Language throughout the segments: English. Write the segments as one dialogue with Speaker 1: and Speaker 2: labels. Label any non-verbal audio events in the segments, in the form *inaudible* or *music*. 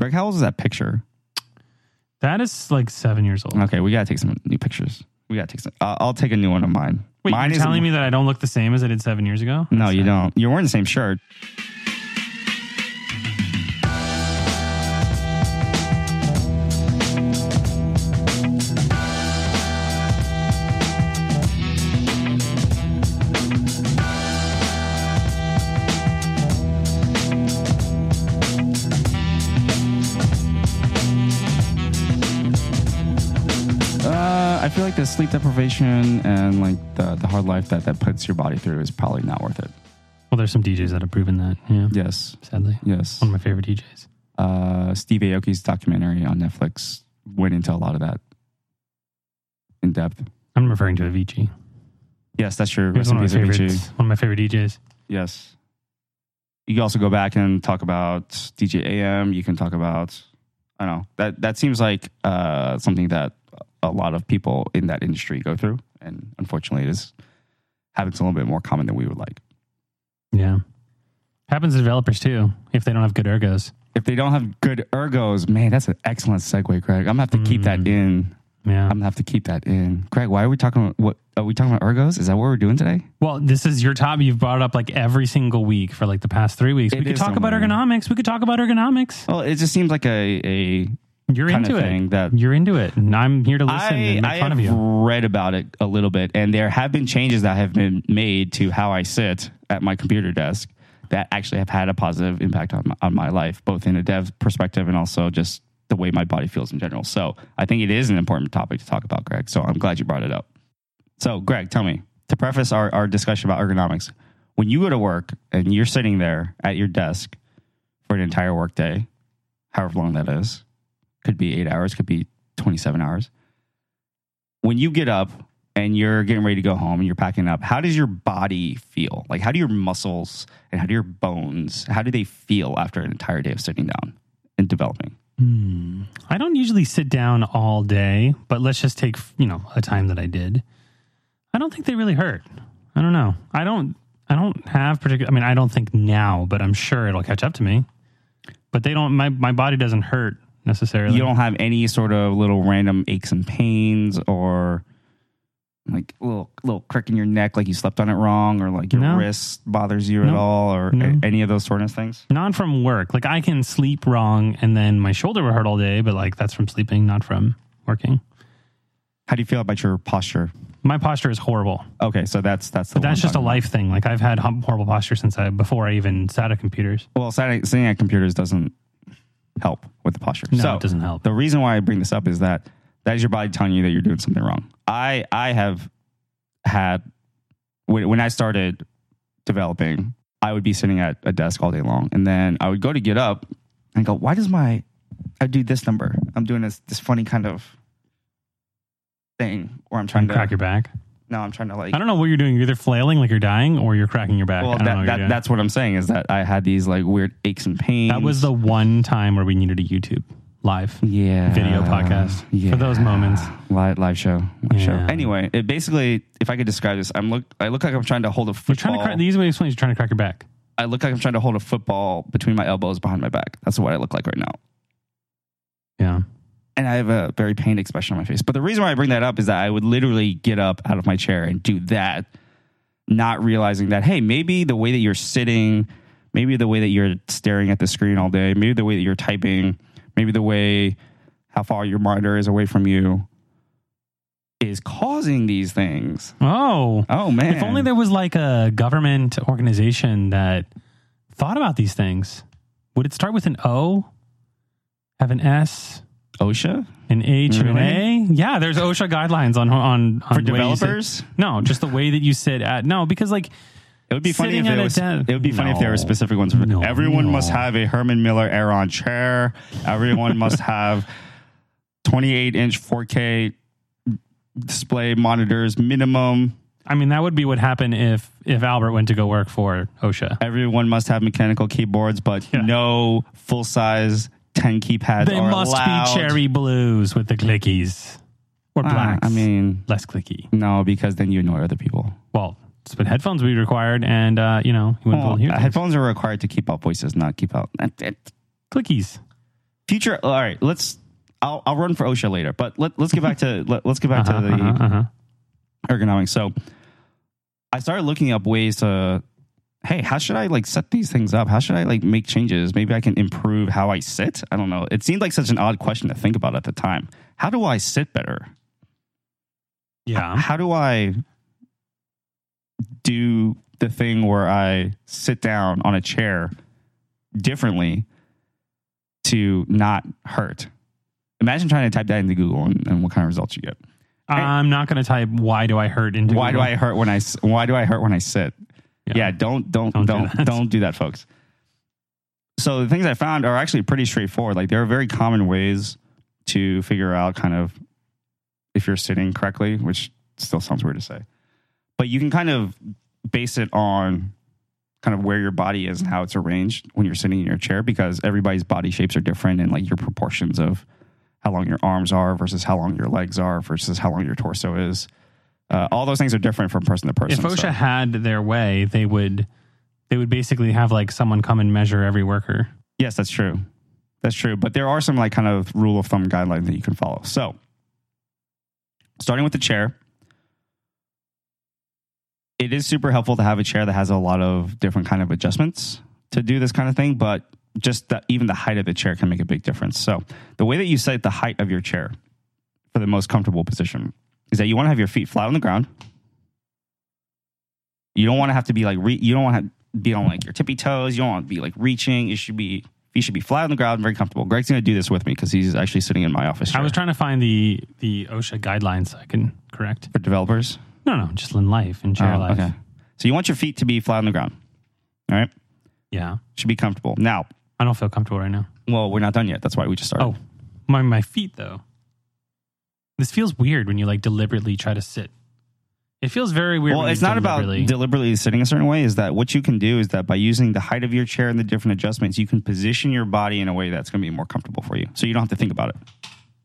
Speaker 1: Greg, how old is that picture?
Speaker 2: That is like seven years old.
Speaker 1: Okay, we gotta take some new pictures. We gotta take some. Uh, I'll take a new one of mine.
Speaker 2: Wait,
Speaker 1: mine
Speaker 2: you're telling me that I don't look the same as I did seven years ago?
Speaker 1: *laughs* No, you
Speaker 2: That's
Speaker 1: don't. You're wearing the same shirt. Uh, I feel like the sleep deprivation and like the, the hard life that that puts your body through is probably not worth it.
Speaker 2: Well, there's some DJs that have proven that. Yeah.
Speaker 1: Yes,
Speaker 2: Sadly,
Speaker 1: yes.
Speaker 2: one of my favorite DJs.
Speaker 1: Uh, Steve Aoki's documentary on Netflix went into a lot of that in depth.
Speaker 2: I'm referring to Avicii.
Speaker 1: Yes, that's your
Speaker 2: He was
Speaker 1: rest in
Speaker 2: one of my
Speaker 1: peace,
Speaker 2: favorites.
Speaker 1: Avicii.
Speaker 2: One of my favorite DJs.
Speaker 1: Yes. You can also go back and talk about DJ AM. You can talk about, I don't know, that, that seems like uh, something that a lot of people in that industry go through. And unfortunately, it is happens a little bit more common than we would like.
Speaker 2: Yeah. Happens to developers too if they don't have good ergos.
Speaker 1: If they don't have good ergos, man, that's an excellent segue, Greg. I'm gonna have to keep that
Speaker 2: Mm.
Speaker 1: in.
Speaker 2: Yeah.
Speaker 1: I'm gonna have to keep that in. Greg, why are we talking about what are we talking about ergos? Is that what we're doing today?
Speaker 2: well, this is your topic. You've brought it up like every single week for like the past three weeks.
Speaker 1: It
Speaker 2: we could
Speaker 1: is
Speaker 2: talk about
Speaker 1: somewhere.
Speaker 2: ergonomics. We could talk about ergonomics.
Speaker 1: Well, it just seems like a a
Speaker 2: You're
Speaker 1: kind
Speaker 2: into
Speaker 1: of
Speaker 2: it.
Speaker 1: thing that
Speaker 2: You're into it. And I'm here to listen
Speaker 1: I,
Speaker 2: and make
Speaker 1: I
Speaker 2: fun
Speaker 1: have
Speaker 2: of you.
Speaker 1: read about it a little bit, and there have been changes that have been made to how I sit at my computer desk that actually have had a positive impact on my, on my life, both in a dev perspective and also just the way my body feels in general. So I think it is an important topic to talk about, Greg. So I'm glad you brought it up. So, Greg, tell me to preface our, our discussion about ergonomics, when you go to work and you're sitting there at your desk for an entire workday, however long that is, could be eight hours, could be 27 hours when you get up and you're getting ready to go home and you're packing up, how does your body feel? Like, how do your muscles and how do your bones, how do they feel after an entire day of sitting down and developing?
Speaker 2: Hmm. I don't usually sit down all day, but let's just take, you know, a time that I did. I don't think they really hurt. I don't know. I don't I don't have particular I mean, I don't think now, but I'm sure it'll catch up to me. But they don't my my body doesn't hurt necessarily.
Speaker 1: You don't have any sort of little random aches and pains or like a little, little crick in your neck, like you slept on it wrong, or like your
Speaker 2: No.
Speaker 1: wrist bothers you at
Speaker 2: No.
Speaker 1: all, or a-
Speaker 2: No.
Speaker 1: any of those sort of things.
Speaker 2: not from work. Like I can sleep wrong and then my shoulder will hurt all day, but like that's from sleeping, not from working.
Speaker 1: How do you feel about your posture?
Speaker 2: My posture is horrible.
Speaker 1: Okay, so that's that's the
Speaker 2: But
Speaker 1: one
Speaker 2: that's
Speaker 1: I'm
Speaker 2: just a
Speaker 1: talking about.
Speaker 2: life thing. Like I've had hum- horrible posture since I before I even sat at computers.
Speaker 1: Well, sitting sitting at computers doesn't help with the posture.
Speaker 2: No,
Speaker 1: so
Speaker 2: it doesn't help.
Speaker 1: the reason why I bring this up is that that is your body telling you that you're doing something wrong. I I have had when, when I started developing, I would be sitting at a desk all day long, and then I would go to get up and go, "Why does my I do this number? I'm doing this this funny kind of thing, or I'm trying
Speaker 2: Trying
Speaker 1: to
Speaker 2: to crack your back.
Speaker 1: no, I'm trying to like
Speaker 2: I don't know what you're doing. You're either flailing like you're dying or you're cracking your back.
Speaker 1: well
Speaker 2: I don't know
Speaker 1: that,
Speaker 2: what you're
Speaker 1: that
Speaker 2: doing.
Speaker 1: that's what I'm saying is that I had these like weird aches and pains.
Speaker 2: that was the one time where we needed a YouTube live.
Speaker 1: yeah
Speaker 2: video podcast for those moments.
Speaker 1: live, live show live show
Speaker 2: Yeah.
Speaker 1: anyway it basically if i could describe this i'm look i look like i'm trying to hold a
Speaker 2: You're
Speaker 1: football
Speaker 2: trying to crack, the easy way to explain is you're trying to crack your back.
Speaker 1: i look like i'm trying to hold a football between my elbows behind my back that's what i look like right now
Speaker 2: Yeah.
Speaker 1: and i have a very pained expression on my face but the reason why i bring that up is that i would literally get up out of my chair and do that not realizing that hey maybe the way that you're sitting maybe the way that you're staring at the screen all day maybe the way that you're typing maybe the way how far your monitor is away from you is causing these things
Speaker 2: Oh.
Speaker 1: oh man
Speaker 2: If only there was like a government organization that thought about these things. Would it start with an O? Have an S?
Speaker 1: osha
Speaker 2: An H and
Speaker 1: Really?
Speaker 2: an A? Yeah, there's OSHA guidelines on on, on
Speaker 1: for
Speaker 2: the way you sit-
Speaker 1: developers
Speaker 2: No, just the way that you sit at. No, because like
Speaker 1: it would be funny
Speaker 2: Sitting
Speaker 1: if
Speaker 2: at
Speaker 1: there
Speaker 2: a
Speaker 1: was,
Speaker 2: dev-
Speaker 1: it would be funny if there were
Speaker 2: No.
Speaker 1: specific ones for
Speaker 2: No,
Speaker 1: everyone
Speaker 2: no.
Speaker 1: must have a herman miller aeron chair everyone
Speaker 2: *laughs*
Speaker 1: must have 28 inch 4k display monitors minimum
Speaker 2: I mean that would be what happened if if Albert went to go work for OSHA.
Speaker 1: everyone must have mechanical keyboards but
Speaker 2: Yeah.
Speaker 1: no full size 10 keypads
Speaker 2: They
Speaker 1: are
Speaker 2: must
Speaker 1: allowed.
Speaker 2: be cherry blues with the clickies or
Speaker 1: Ah,
Speaker 2: blacks.
Speaker 1: i mean
Speaker 2: less clicky.
Speaker 1: no because then you annoy other people
Speaker 2: Well, it's- but headphones would be required, and uh, you know you wouldn't be
Speaker 1: Well,
Speaker 2: able to hear things.
Speaker 1: headphones are required to keep out voices not keep out
Speaker 2: clickies.
Speaker 1: future. All right, let's. I'll, I'll run for OSHA later, but let, let's get back to let, us get back
Speaker 2: Uh-huh,
Speaker 1: to the
Speaker 2: uh-huh, uh-huh.
Speaker 1: ergonomics. So I started looking up ways to, hey, how should I like set these things up? How should I like make changes? Maybe I can improve how I sit. I don't know. It seemed like such an odd question to think about at the time. How do I sit better? *laughs*
Speaker 2: Yeah.
Speaker 1: How do I do the thing where I sit down on a chair differently to not hurt? Imagine trying to type that into Google and, and what kind of results you get.
Speaker 2: I'm not going to type why do I hurt into
Speaker 1: why do
Speaker 2: Google.
Speaker 1: I hurt when I s- why do I hurt when I sit?
Speaker 2: Yeah.
Speaker 1: Yeah, don't don't
Speaker 2: Don't
Speaker 1: don't
Speaker 2: do
Speaker 1: don't do,
Speaker 2: that.
Speaker 1: that. folks. So the things I found are actually pretty straightforward. Like there are very common ways to figure out kind of if you're sitting correctly, which still sounds weird to say. But you can kind of base it on kind of where your body is and how it's arranged when you're sitting in your chair because everybody's body shapes are different and like your proportions of how long your arms are versus how long your legs are versus how long your torso is. Uh, all those things are different from person to person.
Speaker 2: If OSHA
Speaker 1: so-
Speaker 2: had their way, they would they would basically have like someone come and measure every worker.
Speaker 1: Yes, that's true. That's true. But there are some like kind of rule of thumb guidelines that you can follow. So, starting with the chair, it is super helpful to have a chair that has a lot of different kind of adjustments to do this kind of thing. But just the, even the height of the chair can make a big difference. So, the way that you set the height of your chair for the most comfortable position is that you want to have your feet flat on the ground. You don't want to have to be like re- you don't want to be on like your tippy toes. You don't want to be like reaching. It should be you should be flat on the ground, and very comfortable. Greg's gonna do this with me because he's actually sitting in my office chair
Speaker 2: I was trying to find the the OSHA guidelines so I can correct.
Speaker 1: for developers.
Speaker 2: No, no, just in life, in chair
Speaker 1: Oh,
Speaker 2: life.
Speaker 1: So you want your feet to be flat on the ground. All right,
Speaker 2: Yeah.
Speaker 1: should be comfortable. Now,
Speaker 2: I don't feel comfortable right now.
Speaker 1: well, we're not done yet. That's why we just started.
Speaker 2: Oh, my my feet though. This feels weird when you like deliberately try to sit. It feels very weird.
Speaker 1: well,
Speaker 2: when
Speaker 1: it's
Speaker 2: you
Speaker 1: not about
Speaker 2: deliberately-
Speaker 1: deliberately sitting a certain way. Is that what you can do? Is that by using the height of your chair and the different adjustments, you can position your body in a way that's going to be more comfortable for you, so you don't have to think about it.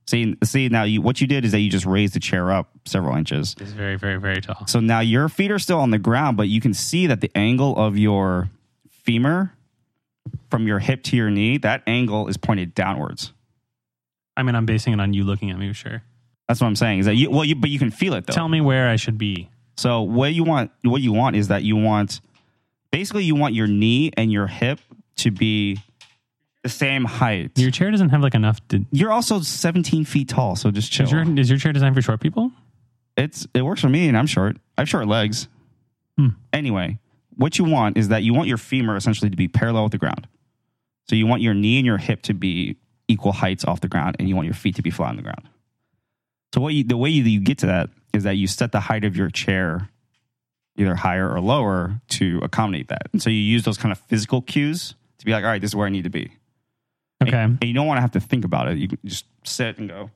Speaker 1: See, see now, you, what you did is that you just raised the chair up several inches.
Speaker 2: It's very, very, very tall.
Speaker 1: So now your feet are still on the ground, but you can see that the angle of your femur from your hip to your knee, that angle is pointed downwards.
Speaker 2: I mean, I'm basing it on you looking at me. Sure.
Speaker 1: That's what I'm saying. Is that you? Well, you but you can feel it though.
Speaker 2: Tell me where I should be.
Speaker 1: So what you want what you want is that you want basically you want your knee and your hip to be the same height. You're,
Speaker 2: Your chair doesn't have like enough. To,
Speaker 1: also 17 feet tall, so just chill.
Speaker 2: is your is your chair designed for short people?
Speaker 1: it's it works for me and I'm short. I have short legs.
Speaker 2: Hmm.
Speaker 1: Anyway, what you want is that you want your femur essentially to be parallel with the ground. So you want your knee and your hip to be equal heights off the ground and you want your feet to be flat on the ground. So what you the way you, you get to that is that you set the height of your chair either higher or lower to accommodate that. And so you use those kind of physical cues to be like, all right, this is where I need to be.
Speaker 2: Okay.
Speaker 1: And you don't want to have to think about it. You can just sit and go,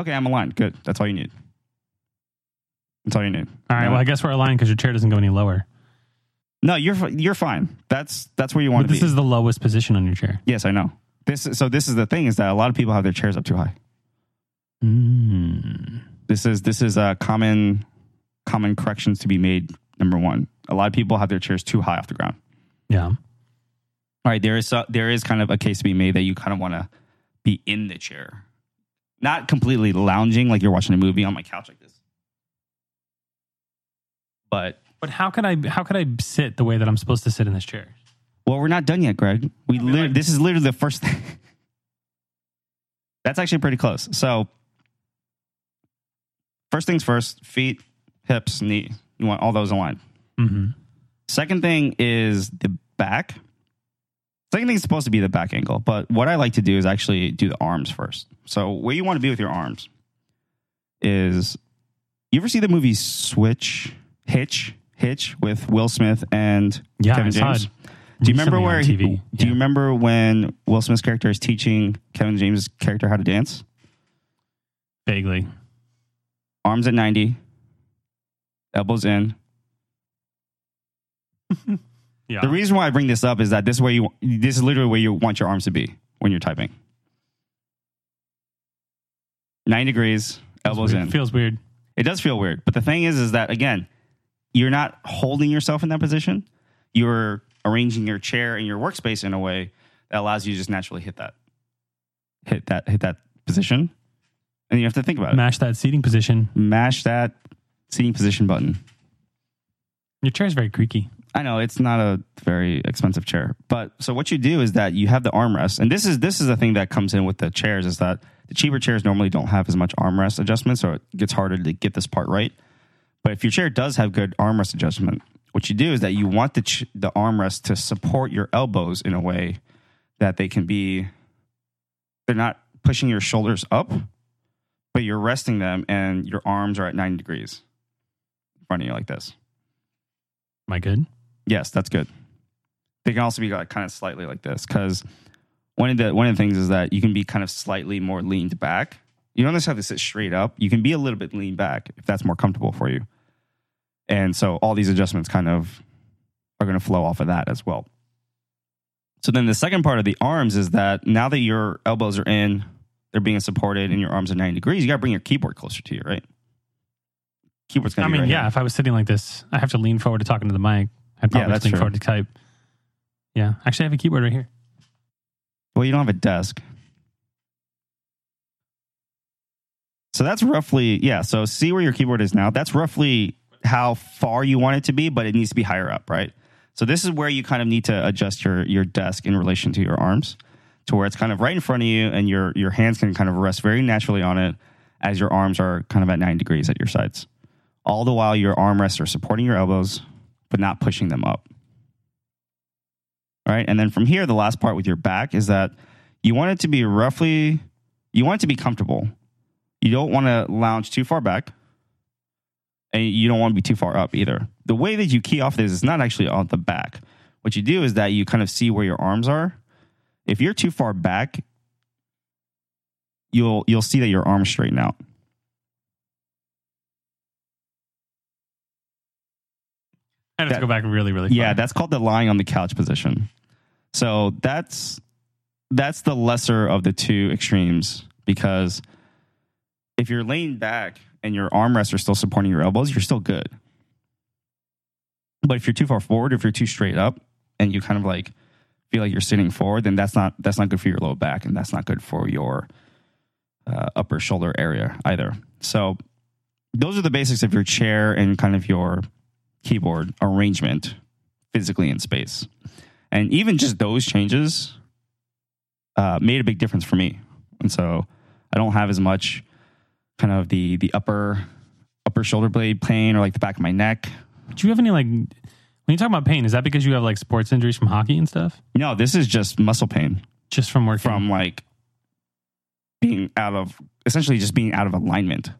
Speaker 1: okay, I'm aligned. Good. That's all you need. That's all you need.
Speaker 2: All right.
Speaker 1: No,
Speaker 2: Well, I guess we're aligned because your chair doesn't go any lower.
Speaker 1: no, you're fi- you're fine. That's that's where you want
Speaker 2: But
Speaker 1: to be.
Speaker 2: this is the lowest position on your chair.
Speaker 1: yes, I know. This is- so this is the thing is that a lot of people have their chairs up too high. Hmm.
Speaker 2: Mm.
Speaker 1: This is this is a common common corrections to be made. Number one, a lot of people have their chairs too high off the ground.
Speaker 2: Yeah.
Speaker 1: All right, there is so, there is kind of a case to be made that you kind of want to be in the chair, not completely lounging like you're watching a movie on my couch like this, but
Speaker 2: But how could I? How could I sit the way that I'm supposed to sit in this chair?
Speaker 1: Well, we're not done yet, Greg. We
Speaker 2: mean,
Speaker 1: lit-
Speaker 2: like-
Speaker 1: this is literally the first thing. *laughs* That's actually pretty close. So, first things first: feet, hips, knee. You want all those aligned.
Speaker 2: Mm-hmm.
Speaker 1: Second thing is the back. Second thing is supposed to be the back angle, but what I like to do is actually do the arms first. So, where you want to be with your arms is you ever see the movie Switch, Hitch, Hitch with Will Smith and
Speaker 2: Yeah.
Speaker 1: Kevin
Speaker 2: I saw
Speaker 1: James?
Speaker 2: it
Speaker 1: Do you remember
Speaker 2: recently
Speaker 1: where?
Speaker 2: on
Speaker 1: he-
Speaker 2: TV?
Speaker 1: Do you
Speaker 2: Yeah.
Speaker 1: remember when Will Smith's character is teaching Kevin James' character how to dance?
Speaker 2: vaguely?
Speaker 1: Arms at ninety, elbows in.
Speaker 2: Yeah.
Speaker 1: The reason why I bring this up is that this way you this is literally where you want your arms to be when you're typing. Nine degrees, elbows in.
Speaker 2: Feels weird.
Speaker 1: It does feel weird, but the thing is, is that again, you're not holding yourself in that position. You're arranging your chair and your workspace in a way that allows you to just naturally hit that. hit that hit that position, and you have to think about it.
Speaker 2: Mash that seating position.
Speaker 1: Mash that seating position button.
Speaker 2: Your chair's very creaky.
Speaker 1: I know it's not a very expensive chair, but so what you do is that you have the armrest, and this is this is the thing that comes in with the chairs is that the cheaper chairs normally don't have as much armrest adjustment, so it gets harder to get this part right. But if your chair does have good armrest adjustment, what you do is that you want the ch- the armrest to support your elbows in a way that they can be they're not pushing your shoulders up, but you're resting them, and your arms are at ninety degrees in front of you like this.
Speaker 2: Am I good?
Speaker 1: Yes, that's good. They can also be like kind of slightly like this because one of the one of the things is that you can be kind of slightly more leaned back. You don't necessarily have to sit straight up. You can be a little bit leaned back if that's more comfortable for you. And so all these adjustments kind of are going to flow off of that as well. So then the second part of the arms is that now that your elbows are in, they're being supported, and your arms are ninety degrees. You got to bring your keyboard closer to you, right? Keyboard's
Speaker 2: I
Speaker 1: going to.
Speaker 2: mean,
Speaker 1: be right
Speaker 2: yeah,
Speaker 1: here.
Speaker 2: if I was sitting like this, I have to lean forward to talking to the mic. I'd probably
Speaker 1: that's
Speaker 2: just lean
Speaker 1: true.
Speaker 2: forward to type. Yeah. Actually, I have a keyboard right here.
Speaker 1: Well, you don't have a desk. So that's roughly, yeah. So see where your keyboard is now. That's roughly how far you want it to be, but it needs to be higher up, right? So this is where you kind of need to adjust your your desk in relation to your arms to where it's kind of right in front of you and your your hands can kind of rest very naturally on it as your arms are kind of at 9 degrees at your sides. All the while your armrests are supporting your elbows but not pushing them up. All right. And then from here, the last part with your back is that you want it to be roughly, you want it to be comfortable. You don't want to lounge too far back and you don't want to be too far up either. The way that you key off this is not actually on the back. What you do is that you kind of see where your arms are. If you're too far back, you'll you'll see that your arms straighten out.
Speaker 2: I have
Speaker 1: That-
Speaker 2: to go back really, really.
Speaker 1: Yeah,
Speaker 2: far.
Speaker 1: that's called the lying on the couch position. So that's that's the lesser of the two extremes because if you're laying back and your armrests are still supporting your elbows, you're still good. But if you're too far forward, if you're too straight up and you kind of like feel like you're sitting forward, then that's not that's not good for your low back and that's not good for your uh, upper shoulder area either. So those are the basics of your chair and kind of your keyboard arrangement physically in space. And even just those changes uh, made a big difference for me. And so I don't have as much kind of the the upper upper shoulder blade pain or like the back of my neck.
Speaker 2: Do you have any like when you talk about pain? Is that because you have like sports injuries from hockey and stuff?
Speaker 1: No, this is just muscle pain
Speaker 2: Just from working?
Speaker 1: from like being out of essentially just being out of alignment.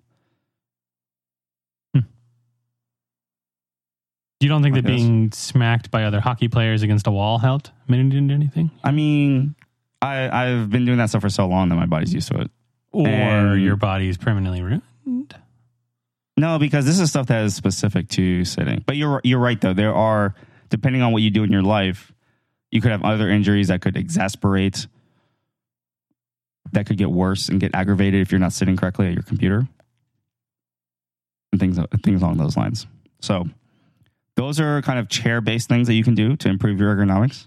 Speaker 2: you don't think
Speaker 1: I
Speaker 2: that
Speaker 1: guess.
Speaker 2: being smacked by other hockey players against a wall helped? I mean, it didn't do anything.
Speaker 1: I mean, I I've been doing that stuff for so long that my body's used to it.
Speaker 2: Or
Speaker 1: And-
Speaker 2: your body is permanently ruined.
Speaker 1: No, because this is stuff that is specific to sitting. But you're you're right though. There are depending on what you do in your life, you could have other injuries that could exasperate that could get worse and get aggravated if you're not sitting correctly at your computer. And things things along those lines. So those are kind of chair-based things that you can do to improve your ergonomics.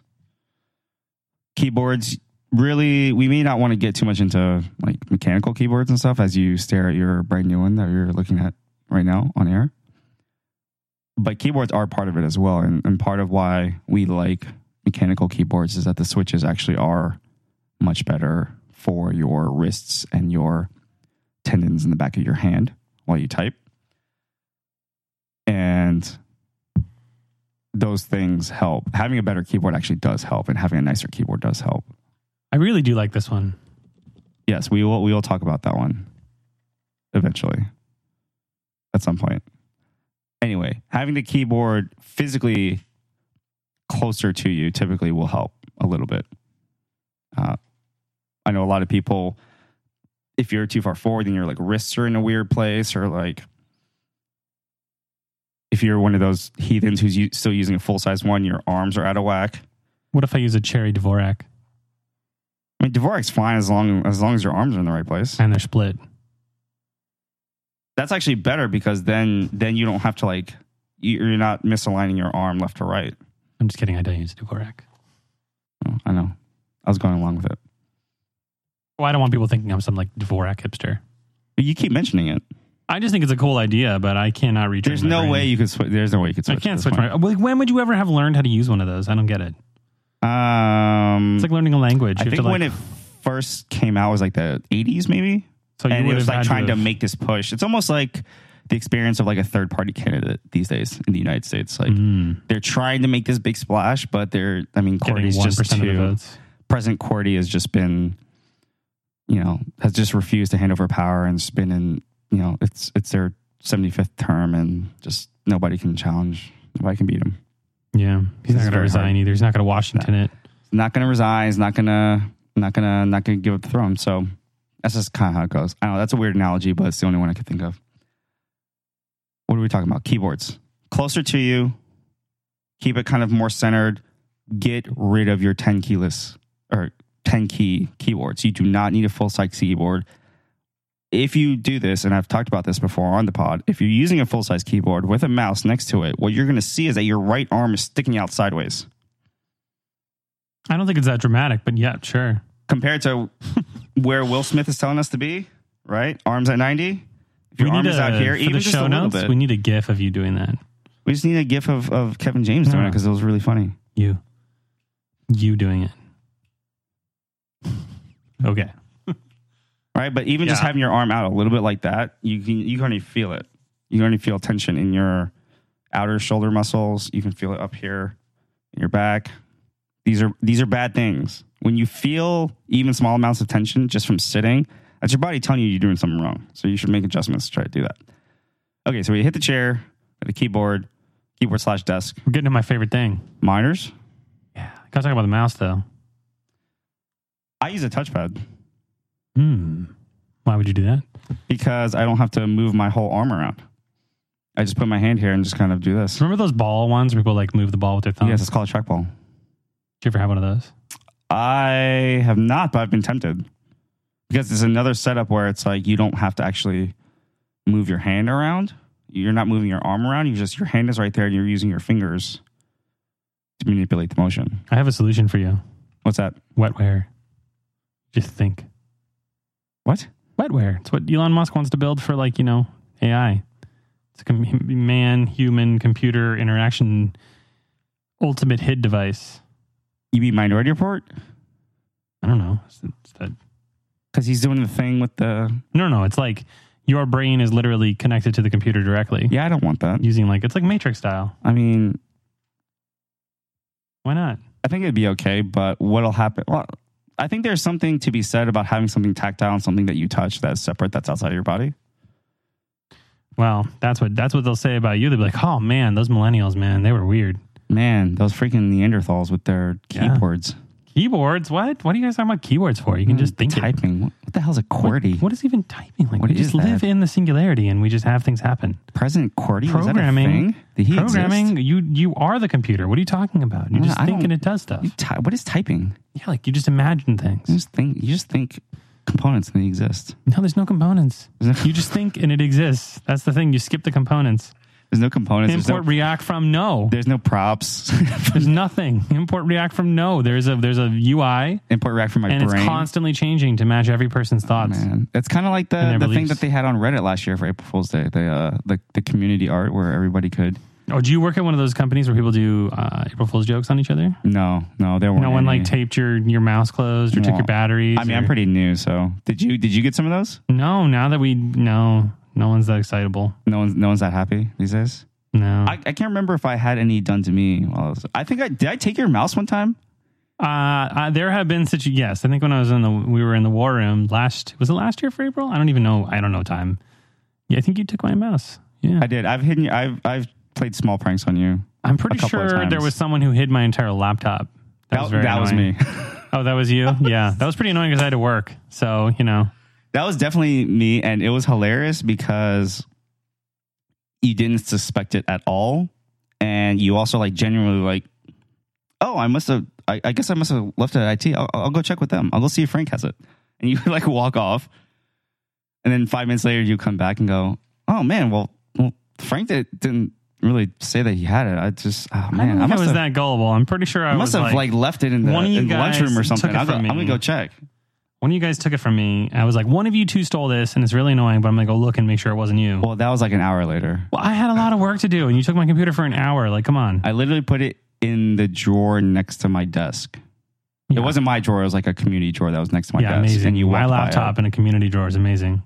Speaker 1: Keyboards really we may not want to get too much into like mechanical keyboards and stuff as you stare at your brand new one that you're looking at right now on air. But keyboards are part of it as well. And, and part of why we like mechanical keyboards is that the switches actually are much better for your wrists and your tendons in the back of your hand while you type. And those things help. Having a better keyboard actually does help, and having a nicer keyboard does help.
Speaker 2: I really do like this one.
Speaker 1: Yes, we will. We will talk about that one eventually, at some point. Anyway, having the keyboard physically closer to you typically will help a little bit. Uh, I know a lot of people. If you're too far forward, then your like wrists are in a weird place, or like if you're one of those heathens who's u- still using a full size one, your arms are out of whack.
Speaker 2: What if I use a cherry Dvorak
Speaker 1: I mean, Dvorak's fine as long as long as your arms are in the right place.
Speaker 2: and they're split?
Speaker 1: that's actually better because then then you don't have to like you- you're not misaligning your arm left to right.
Speaker 2: I'm just kidding. I don't use a Dvorak.
Speaker 1: Oh, I know. I was going along with it.
Speaker 2: Well, I don't want people thinking I'm some like Dvorak hipster.
Speaker 1: You keep mentioning it.
Speaker 2: I just think it's a cool idea, but I cannot reach.
Speaker 1: There's no way you could. Sw- there's no way you could
Speaker 2: I
Speaker 1: switch.
Speaker 2: can't
Speaker 1: at
Speaker 2: switch
Speaker 1: this
Speaker 2: my. Like, when would you ever have learned how to use one of those? I don't get it.
Speaker 1: point. Um,
Speaker 2: It's like learning a language.
Speaker 1: I
Speaker 2: You have
Speaker 1: think
Speaker 2: to, like-
Speaker 1: when it first came out it was like the 80s, maybe.
Speaker 2: so you
Speaker 1: and it
Speaker 2: would
Speaker 1: was
Speaker 2: have had
Speaker 1: like trying to
Speaker 2: have-
Speaker 1: make this push. It's almost like the experience of like a third party candidate these days in the United States. Like
Speaker 2: Mm.
Speaker 1: they're trying to make this big splash, but they're. I mean,
Speaker 2: getting
Speaker 1: Cordy's just
Speaker 2: 1% of the
Speaker 1: too.
Speaker 2: votes.
Speaker 1: President Cordy has just been, you know, has just refused to hand over power and has been in. You know, it's it's their 75th term, and just nobody can challenge. Nobody can beat him.
Speaker 2: Yeah,
Speaker 1: This is
Speaker 2: he's not going to
Speaker 1: very
Speaker 2: resign
Speaker 1: hard.
Speaker 2: either. He's not going to Washington it.
Speaker 1: not gonna resign. He's not gonna not gonna not gonna give up the throne. So that's just kind of how it goes. I know that's a weird analogy, but it's the only one I could think of. What are we talking about? Keyboards closer to you. Keep it kind of more centered. Get rid of your ten keyless or ten key keyboards. You do not need a full size keyboard. If you do this, and I've talked about this before on the pod, if you're using a full size keyboard with a mouse next to it, what you're going to see is that your right arm is sticking out sideways.
Speaker 2: I don't think it's that dramatic, but yeah, sure.
Speaker 1: compared to *laughs* where Will Smith is telling us to be, right? Arms at 90. If your arm is out here,
Speaker 2: for
Speaker 1: even
Speaker 2: the
Speaker 1: just a
Speaker 2: show
Speaker 1: little
Speaker 2: notes,
Speaker 1: bit.
Speaker 2: we
Speaker 1: We,
Speaker 2: need a GIF of you doing that.
Speaker 1: just need a gif of, of Kevin James doing
Speaker 2: Yeah.
Speaker 1: it because it was really funny.
Speaker 2: You, you doing it. *laughs* Okay.
Speaker 1: Right? But even just
Speaker 2: Yeah.
Speaker 1: having your arm out a little bit like that, you can you can already feel it. You can already feel tension in your outer shoulder muscles. You can feel it up here in your back. These are these are bad things. When you feel even small amounts of tension just from sitting, that's your body telling you you're doing something wrong. So you should make adjustments to try to do that. Okay, so we hit the chair, the keyboard, keyboard slash desk,
Speaker 2: We're getting to my favorite thing.
Speaker 1: monitors.
Speaker 2: Yeah. Gotta talk about the mouse though.
Speaker 1: I use a touchpad
Speaker 2: Hmm. Why would you do that?
Speaker 1: because I don't have to move my whole arm around. I just put my hand here and just kind of do this.
Speaker 2: Remember those ball ones where people like move the ball with their thumbs?
Speaker 1: Yes, it's called a trackball.
Speaker 2: Did you ever have one of those?
Speaker 1: I have not, but I've been tempted because there's another setup where it's like you don't have to actually move your hand around. You're not moving your arm around. You just your hand is right there, and you're using your fingers to manipulate the motion.
Speaker 2: I have a solution for you.
Speaker 1: What's that?
Speaker 2: Wetware. Just think.
Speaker 1: What?
Speaker 2: Wetware. It's what Elon Musk wants to build for like, you know, AI. It's a com- man human computer interaction ultimate hid device.
Speaker 1: You mean Minority Report?
Speaker 2: I don't know. It's, it's that-
Speaker 1: Because he's doing the thing with the
Speaker 2: no, no, it's like your brain is literally connected to the computer directly
Speaker 1: yeah. I don't want that.
Speaker 2: using like it's like matrix style.
Speaker 1: I mean,
Speaker 2: Why not?
Speaker 1: I think it'd be okay, but what'll happen? Well, I think there's something to be said about having something tactile and something that you touch that's separate, that's outside of your body.
Speaker 2: Well, that's what that's what they'll say about you. They'll be like, "Oh man, those millennials, man, they were weird."
Speaker 1: Man, those freaking Neanderthals with their
Speaker 2: Yeah.
Speaker 1: keyboards.
Speaker 2: Keyboards? What? What are you guys talking about keyboards for?
Speaker 1: Mm,
Speaker 2: You can just think it.
Speaker 1: typing. What, what the hell's a QWERTY?
Speaker 2: What, what is even typing? Like
Speaker 1: What
Speaker 2: we just
Speaker 1: is that?
Speaker 2: live in the singularity and we just have things happen.
Speaker 1: President QWERTY?
Speaker 2: Programming.
Speaker 1: Was that a thing? Did he
Speaker 2: Programming,
Speaker 1: exist?
Speaker 2: you you are the computer. What are you talking about? You
Speaker 1: Yeah,
Speaker 2: just
Speaker 1: I
Speaker 2: think
Speaker 1: don't-
Speaker 2: and it does stuff.
Speaker 1: You Mm. ty- what is typing?
Speaker 2: Yeah, like you just imagine
Speaker 1: You
Speaker 2: things.
Speaker 1: just think. You just think components and they exist.
Speaker 2: No, there's no components.
Speaker 1: There's no,
Speaker 2: You just think and it exists. That's the thing. You skip the components.
Speaker 1: there's no components. There's
Speaker 2: Import
Speaker 1: no,
Speaker 2: React from no.
Speaker 1: there's no props. *laughs*
Speaker 2: There's nothing. Import React from no. There's a there's a UI
Speaker 1: Import rack from my
Speaker 2: and
Speaker 1: brain. Oh,
Speaker 2: it's constantly changing to match every person's thoughts.
Speaker 1: Man, it's kind of like the,
Speaker 2: And
Speaker 1: the
Speaker 2: their
Speaker 1: thing that
Speaker 2: beliefs.
Speaker 1: they had on Reddit last year for April Fool's Day. The uh, the the community art where everybody could.
Speaker 2: Oh, do you work at one of those companies where people do uh, April Fool's jokes on each other?
Speaker 1: No, no, there weren't.
Speaker 2: No one
Speaker 1: any.
Speaker 2: like taped your your mouse closed or took
Speaker 1: Well,
Speaker 2: your batteries.
Speaker 1: I mean, I'm
Speaker 2: or-
Speaker 1: pretty new, so did you did you get some of those?
Speaker 2: No, now that we no, no one's that excitable.
Speaker 1: No one's no one's that happy these days.
Speaker 2: No,
Speaker 1: I, I can't remember if I had any done to me. While I, was, I think I did. I take your mouse one time.
Speaker 2: uh, uh, there have been such. Yes, I think when I was in the we were in the war room last. Was it last year for April? I don't even know. I don't know time. Yeah, I think you took my mouse. Yeah,
Speaker 1: I did. I've hidden. I've I've played small pranks on you.
Speaker 2: I, am pretty
Speaker 1: a couple of
Speaker 2: sure there
Speaker 1: times.
Speaker 2: was someone who hid my entire laptop. That, was very annoying.
Speaker 1: me.
Speaker 2: Oh, that
Speaker 1: *laughs*
Speaker 2: was you. Yeah, that was pretty annoying because I had to work. So you know,
Speaker 1: that was definitely me, and it was hilarious because you didn't suspect it at all, and you also like genuinely like, oh, I must have. I, I guess I must have left it at IT. I'll, I'll go check with them. I'll go see if Frank has it, and you *laughs* like walk off, and then five minutes later you come back and go, oh man, well, well Frank did, didn't really say that he had it. I just, oh
Speaker 2: I don't
Speaker 1: man, I,
Speaker 2: think I
Speaker 1: must
Speaker 2: was
Speaker 1: have.
Speaker 2: that gullible. I'm pretty sure I
Speaker 1: I must
Speaker 2: was
Speaker 1: have like, left it in the,
Speaker 2: one of you
Speaker 1: in the
Speaker 2: guys
Speaker 1: lunchroom or
Speaker 2: took
Speaker 1: something.
Speaker 2: it
Speaker 1: I'll go,
Speaker 2: from
Speaker 1: I'm
Speaker 2: me.
Speaker 1: gonna go check.
Speaker 2: One of you guys took it from me. I was like, one of you two stole this, and it's really annoying. But I'm gonna go look and make sure it wasn't you. Well,
Speaker 1: Well, that was like an hour later.
Speaker 2: I had a lot of work to do, and you took my computer for an hour. Like, come on.
Speaker 1: I literally put it in the drawer next to my desk.
Speaker 2: Yeah.
Speaker 1: It wasn't my drawer. It was like a community drawer that was next to my
Speaker 2: yeah,
Speaker 1: desk.
Speaker 2: amazing.
Speaker 1: And you
Speaker 2: my
Speaker 1: walked by it.
Speaker 2: laptop in a community drawer is amazing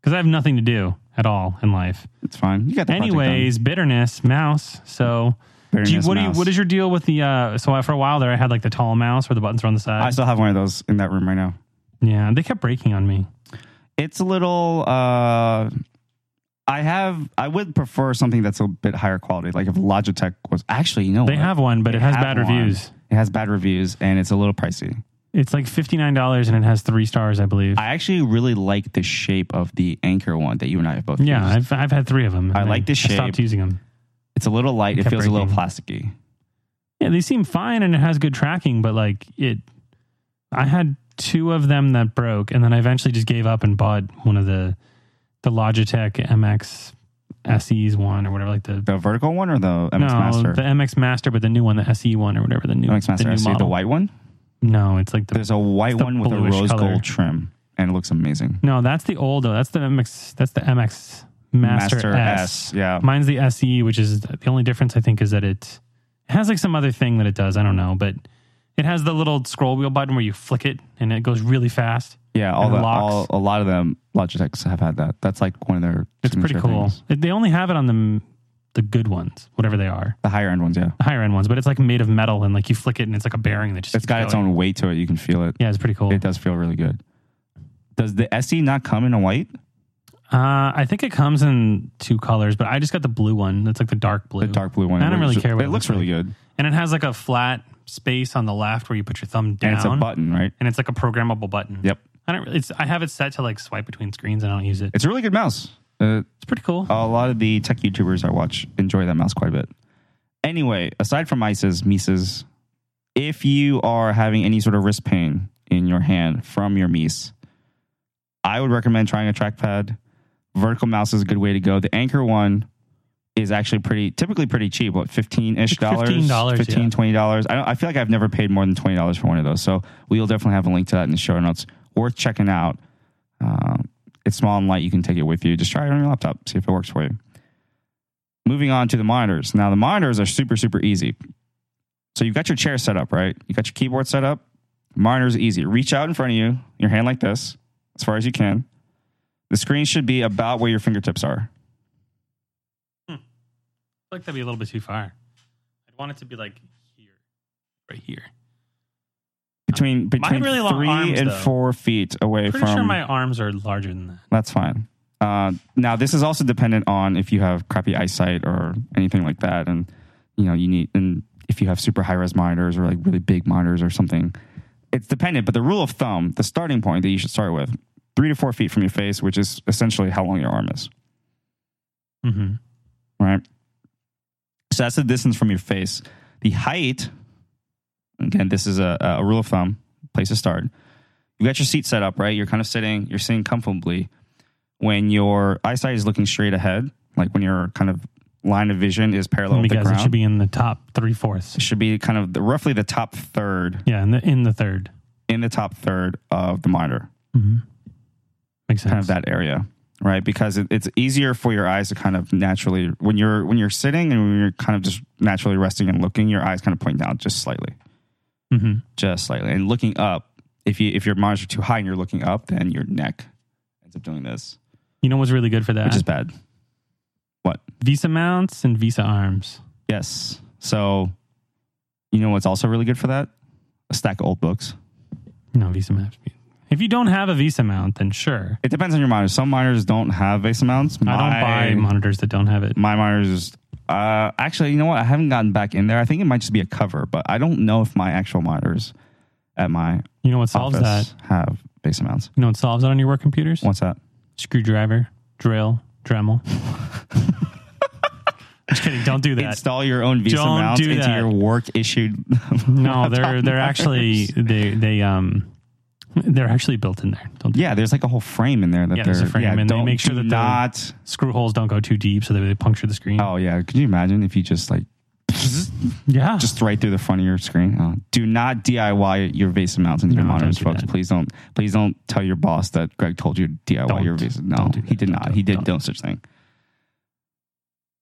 Speaker 2: because I have nothing to do at all in life.
Speaker 1: It's fine. You got the project done.
Speaker 2: Anyways, bitterness mouse. So, do you,
Speaker 1: Bitterness
Speaker 2: what do you,
Speaker 1: mouse.
Speaker 2: what is your deal with the? uh So I, for a while there, I had like the tall mouse where the buttons were on the
Speaker 1: I
Speaker 2: side.
Speaker 1: still have one of those in that room right now.
Speaker 2: yeah, they kept breaking on me.
Speaker 1: It's a little. uh I have. I would prefer something that's a bit higher quality. Like if Logitech was actually, you know,
Speaker 2: They
Speaker 1: what?
Speaker 2: have one, but it
Speaker 1: They
Speaker 2: has
Speaker 1: have
Speaker 2: bad
Speaker 1: one.
Speaker 2: reviews.
Speaker 1: It has bad reviews and it's a little pricey.
Speaker 2: It's like fifty nine dollars and it has three stars, I believe.
Speaker 1: I actually really like the shape of the anchor one that you and I have both.
Speaker 2: yeah,
Speaker 1: used.
Speaker 2: I've I've had three of them.
Speaker 1: I
Speaker 2: and
Speaker 1: like the
Speaker 2: I stopped
Speaker 1: shape.
Speaker 2: using them.
Speaker 1: it's a little light. It
Speaker 2: Kept
Speaker 1: feels a little
Speaker 2: breaking.
Speaker 1: plasticky.
Speaker 2: Yeah, they seem fine and it has good tracking, but like it, I had two of them that broke, and then I eventually just gave up and bought one of the the Logitech MX SE's one or whatever, like the
Speaker 1: The vertical one or the MX
Speaker 2: no
Speaker 1: Master?
Speaker 2: the MX Master, but the new one, the SE one or whatever the new
Speaker 1: MX
Speaker 2: the
Speaker 1: Master.
Speaker 2: new
Speaker 1: I see the
Speaker 2: model.
Speaker 1: white one.
Speaker 2: No, it's like the
Speaker 1: There's a white
Speaker 2: It's the
Speaker 1: one with a
Speaker 2: bluish
Speaker 1: rose
Speaker 2: color.
Speaker 1: gold trim, and it looks amazing.
Speaker 2: no, that's the old though. That's the MX. That's the MX Master, S.
Speaker 1: yeah.
Speaker 2: Mine's the SE, which is the only difference I think is that it it has like some other thing that it does. I don't know, but it has the little scroll wheel button where you flick it and it goes really fast.
Speaker 1: Yeah, all
Speaker 2: and
Speaker 1: the
Speaker 2: the
Speaker 1: all,
Speaker 2: locks.
Speaker 1: a lot of them Logitechs have had that. That's like one of their.
Speaker 2: It's pretty
Speaker 1: signature
Speaker 2: cool.
Speaker 1: things.
Speaker 2: It, they only have it on the the good ones, whatever they are,
Speaker 1: The higher end ones, yeah.
Speaker 2: the higher end ones. But it's like made of metal and like you flick it and it's like a bearing that just
Speaker 1: It's
Speaker 2: keeps
Speaker 1: got its
Speaker 2: going.
Speaker 1: own weight to it. You can feel it.
Speaker 2: Yeah, it's pretty cool.
Speaker 1: It does feel really good. Does the SE not come in a white?
Speaker 2: Uh, I think it comes in two colors, but I just got the blue one. That's like the dark blue.
Speaker 1: The dark blue one.
Speaker 2: I don't
Speaker 1: It looks-
Speaker 2: really care what
Speaker 1: it
Speaker 2: it
Speaker 1: looks
Speaker 2: looks
Speaker 1: really good,
Speaker 2: and it has like a flat space on the left where you put your thumb down,
Speaker 1: and it's a button, right?
Speaker 2: and it's like a programmable button.
Speaker 1: Yep.
Speaker 2: I don't. Really, it's I have it set to like swipe between screens. and I don't use it.
Speaker 1: It's a really good mouse. Uh,
Speaker 2: It's pretty cool.
Speaker 1: a lot of the tech YouTubers I watch enjoy that mouse quite a bit. Anyway, aside from Mises, Mises, if you are having any sort of wrist pain in your hand from your Mies, I would recommend trying a trackpad. Vertical mouse is a good way to go. The Anchor one is actually pretty, typically pretty cheap, what, 15 ish
Speaker 2: Like
Speaker 1: dollars?
Speaker 2: $15,
Speaker 1: 15
Speaker 2: yeah.
Speaker 1: $20. I, don't, I feel like I've never paid more than $20 for one of those. So we'll definitely have a link to that in the show notes. Worth checking out. Um, it's small and light. You can take it with you. Just try it on your laptop, see if it works for you. Moving on to the monitors. Now, the monitors are super, super easy. So you've got your chair set up, right? You got your keyboard set up. Monitor's easy. Reach out in front of you, your hand like this, as far as you can. The screen should be about where your fingertips are.
Speaker 2: I feel like that'd be a little bit too far. I'd want it to be like here, right here.
Speaker 1: Between
Speaker 2: Mine have
Speaker 1: between
Speaker 2: really long
Speaker 1: three
Speaker 2: arms,
Speaker 1: and
Speaker 2: though.
Speaker 1: four feet away
Speaker 2: Pretty
Speaker 1: from
Speaker 2: sure my arms are larger than that.
Speaker 1: That's fine. Uh, now, this is also dependent on if you have crappy eyesight or anything like that, and you know you need, and if you have super high res monitors or like really big monitors or something. It's dependent, but the rule of thumb, the starting point that you should start with, three to four feet from your face, which is essentially how long your arm is,
Speaker 2: Mm-hmm.
Speaker 1: right? So that's the distance from your face. The height, again, this is a, a rule of thumb, place to start. You got your seat set up, right? You're kind of sitting, you're sitting comfortably. When your eyesight is looking straight ahead, like when your kind of line of vision is parallel
Speaker 2: Let me
Speaker 1: with the
Speaker 2: guess.
Speaker 1: ground,
Speaker 2: It should be in the top three fourths.
Speaker 1: kind of the, roughly the top third,
Speaker 2: Yeah, in the in the 3rd
Speaker 1: in the top third of the monitor,
Speaker 2: Mm-hmm. Makes sense.
Speaker 1: kind of that area, right? Because it, it's easier for your eyes to kind of naturally when you're when you're sitting and when you're kind of just naturally resting and looking, your eyes kind of point down just slightly.
Speaker 2: hmm
Speaker 1: just slightly. And looking up, if you if your monitor too high and you're looking up, then your neck ends up doing this,
Speaker 2: You know what's really good for that?
Speaker 1: which is bad.
Speaker 2: Visa mounts and Visa arms.
Speaker 1: Yes. So, you know what's also really good for that? A stack of old books.
Speaker 2: No Visa mounts. If you don't have a Visa mount, then sure.
Speaker 1: It depends on your monitor. Some monitors don't have base amounts.
Speaker 2: I don't buy monitors that don't have it.
Speaker 1: my monitors. Uh, actually, you know what? I haven't gotten back in there. I think it might just be a cover, but I don't know if my actual monitors at my
Speaker 2: You know what solves that?
Speaker 1: office have base amounts.
Speaker 2: You know what solves that on your work computers?
Speaker 1: What's that?
Speaker 2: Screwdriver, drill, Dremel. Just kidding. Don't do that.
Speaker 1: Install your own Visa
Speaker 2: Don't
Speaker 1: mounts
Speaker 2: do
Speaker 1: into
Speaker 2: that.
Speaker 1: your work issued. *laughs*
Speaker 2: no, they're they're actually they they um they're actually built in there. Don't do
Speaker 1: Yeah, there's like a whole frame in there that
Speaker 2: Yeah,
Speaker 1: they're
Speaker 2: there's a frame,
Speaker 1: yeah,
Speaker 2: and they
Speaker 1: don't-
Speaker 2: make sure
Speaker 1: do
Speaker 2: that the-
Speaker 1: not.
Speaker 2: screw holes don't go too deep so that they puncture the screen.
Speaker 1: Oh yeah, could you imagine if you just like *laughs*
Speaker 2: Yeah.
Speaker 1: just right through the front of your screen. Uh, do not DIY your Vesa mounts into your
Speaker 2: No, don't
Speaker 1: monitors,
Speaker 2: do
Speaker 1: folks.
Speaker 2: that.
Speaker 1: Please don't. Please don't tell your boss that Greg told you to DIY your
Speaker 2: Don't.
Speaker 1: Vesa. No,
Speaker 2: Don't do that.
Speaker 1: he did
Speaker 2: Don't
Speaker 1: not.
Speaker 2: do it.
Speaker 1: he did
Speaker 2: Don't.
Speaker 1: no such thing.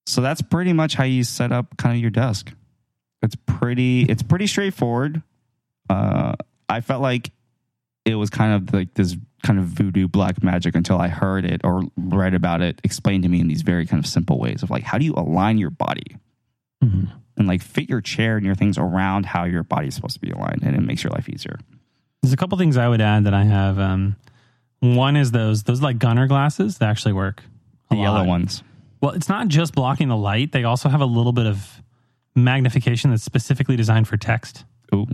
Speaker 1: So that's pretty much how you set up kind of your desk. It's pretty. It's pretty straightforward. Uh, I felt like it was kind of like this kind of voodoo black magic until I heard it or read about it explained to me in these very kind of simple ways of like how do you align your body
Speaker 2: Mhm.
Speaker 1: and like fit your chair and your things around how your body's supposed to be aligned and it makes your life easier.
Speaker 2: There's a couple things I would add that I have. Um, one is those those like gunner glasses that actually work. a
Speaker 1: The yellow
Speaker 2: lot.
Speaker 1: ones.
Speaker 2: Well, it's not just blocking the light. They also have a little bit of magnification that's specifically designed for text.
Speaker 1: Ooh.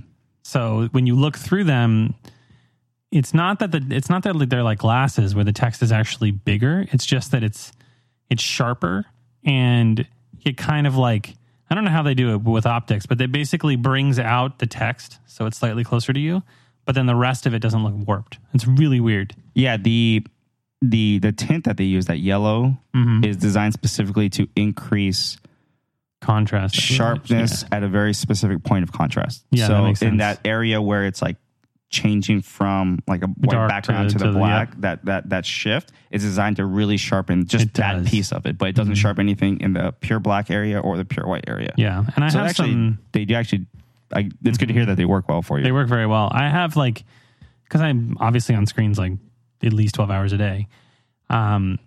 Speaker 2: So when you look through them, it's not that the it's not that they're like glasses where the text is actually bigger. It's just that it's it's sharper and it kind of like I don't know how they do it with optics, but it basically brings out the text so it's slightly closer to you, but then the rest of it doesn't look warped. It's really weird.
Speaker 1: Yeah, the the the tint that they use, that yellow,
Speaker 2: Mhm.
Speaker 1: is designed specifically to increase
Speaker 2: Contrast
Speaker 1: sharpness at a very specific point of contrast.
Speaker 2: Yeah,
Speaker 1: so
Speaker 2: that makes
Speaker 1: in
Speaker 2: sense.
Speaker 1: that area where it's like changing from like a white
Speaker 2: Dark to
Speaker 1: background
Speaker 2: the-
Speaker 1: to the,
Speaker 2: to the-
Speaker 1: black, that that that shift is designed to really sharpen just that
Speaker 2: It does. Mm-hmm.
Speaker 1: piece of it, but it doesn't sharpen anything in the pure black area or the pure white area.
Speaker 2: Yeah, and I
Speaker 1: So
Speaker 2: have
Speaker 1: actually,
Speaker 2: some.
Speaker 1: they do actually. I, it's good to hear that they work well for you.
Speaker 2: They work very well. I have like because I'm obviously on screens like at least twelve hours a day. Um,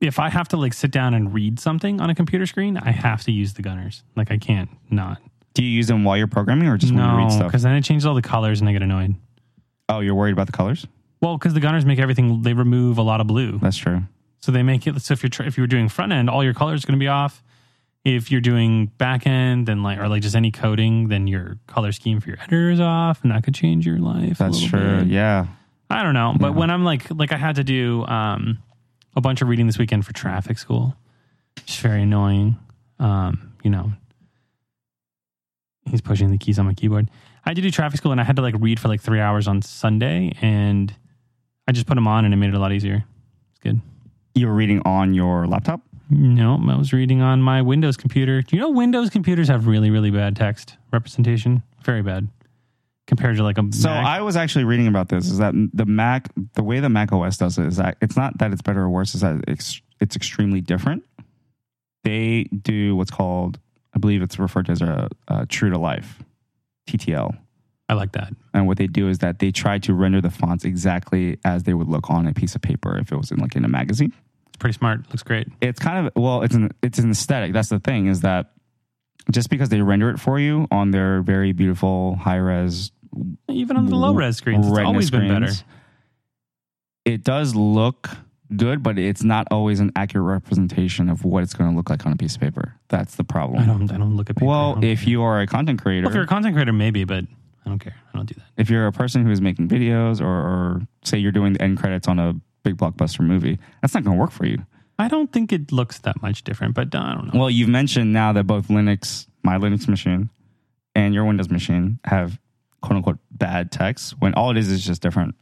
Speaker 2: if I have to like sit down and read something on a computer screen, I have to use the gunners. Like I can't not.
Speaker 1: Do you use them while you're programming or just when you read
Speaker 2: No,
Speaker 1: stuff?
Speaker 2: because then it changes all the colors and I get annoyed.
Speaker 1: Oh, you're worried about the colors?
Speaker 2: Well, because the gunners make everything. They remove a lot of blue,
Speaker 1: That's true.
Speaker 2: so they make it. So if you're tr- if you're doing front end, all your colors going to be off. If you're doing back end and like or like just any coding, then your color scheme for your editor is off, and that could change your life. a
Speaker 1: That's
Speaker 2: little
Speaker 1: true.
Speaker 2: bit.
Speaker 1: Yeah.
Speaker 2: I don't know, but when I'm like like I had to do um a bunch of reading this weekend for traffic school. It's very annoying. Um, you know. He's pushing the keys on my keyboard. I had to do traffic school and I had to like read for like 3 hours on Sunday and I just put them on and it made it a lot easier. It's good.
Speaker 1: You were reading on your laptop?
Speaker 2: No, I was reading on my Windows computer. Do you know Windows computers have really really bad text representation? Very bad. Compared to like a
Speaker 1: So
Speaker 2: Mac.
Speaker 1: I was actually reading about this. Is that the Mac, the way the Mac OS does it is that it's not that it's better or worse. Is that it's, it's extremely different. They do what's called, I believe it's referred to as a, a true to life, TTL.
Speaker 2: I like that.
Speaker 1: And what they do is that they try to render the fonts exactly as they would look on a piece of paper if it was in like in a magazine.
Speaker 2: It's pretty smart. Looks great.
Speaker 1: it's kind of well it's an it's an aesthetic that's the thing is that just because they render it for you on their very beautiful high res
Speaker 2: Even on the low res screens, it's
Speaker 1: Retina
Speaker 2: always been better.
Speaker 1: screens, it does look good but it's not always an accurate representation of what it's going to look like on a piece of paper that's the
Speaker 2: I
Speaker 1: problem
Speaker 2: don't. I don't look at. Paper. I
Speaker 1: well
Speaker 2: don't
Speaker 1: if
Speaker 2: care.
Speaker 1: you are a content creator
Speaker 2: Well, if you're a content creator, maybe, but I don't care. I don't do that.
Speaker 1: if you're a person who's making videos or, or say you're doing the end credits on a big blockbuster movie that's not going to work for you
Speaker 2: I don't think it looks that much different, but uh, I don't know.
Speaker 1: Well, you've mentioned now that both Linux, my Linux machine, and your Windows machine have quote unquote bad text when all it is is just different.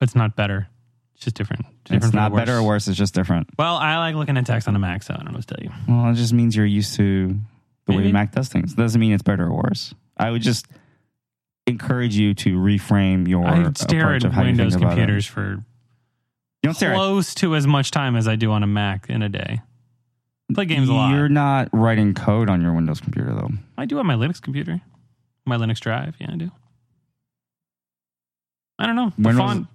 Speaker 2: It's not better. It's just different. different
Speaker 1: it's
Speaker 2: for the
Speaker 1: not better or
Speaker 2: worse.
Speaker 1: worse, it's just different.
Speaker 2: Well, I like looking at text on a Mac, so I don't know what to tell you.
Speaker 1: Well, it just means you're used to the way
Speaker 2: Maybe.
Speaker 1: Mac does things. It doesn't mean it's better or worse. I would just encourage you to reframe your
Speaker 2: I stare
Speaker 1: approach
Speaker 2: at
Speaker 1: of how you
Speaker 2: Windows
Speaker 1: think about it.
Speaker 2: computers for
Speaker 1: You don't stare at
Speaker 2: close to as much time as I do on a Mac in a day. Play games a
Speaker 1: You're
Speaker 2: lot.
Speaker 1: not writing code on your Windows computer though.
Speaker 2: I do on my Linux computer, my Linux drive. Yeah, I do. I don't know. The
Speaker 1: When was-
Speaker 2: font.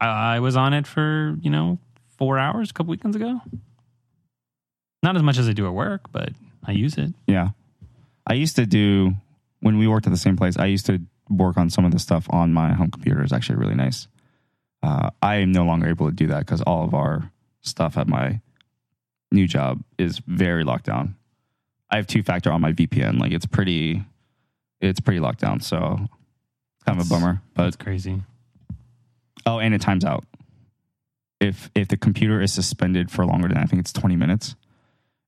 Speaker 2: I, I was on it for you know four hours a couple weekends ago. Not as much as I do at work, but I use it.
Speaker 1: Yeah. I used to do when we worked at the same place, I used to work on some of the stuff on my home computer. It's actually really nice. Uh, I am no longer able to do that because all of our stuff at my new job is very locked down. I have two factor on my VPN. Like it's pretty it's pretty locked down, so it's kind of
Speaker 2: That's-
Speaker 1: a bummer. But
Speaker 2: That's crazy.
Speaker 1: oh, and it times out. If if the computer is suspended for longer than I think it's twenty minutes,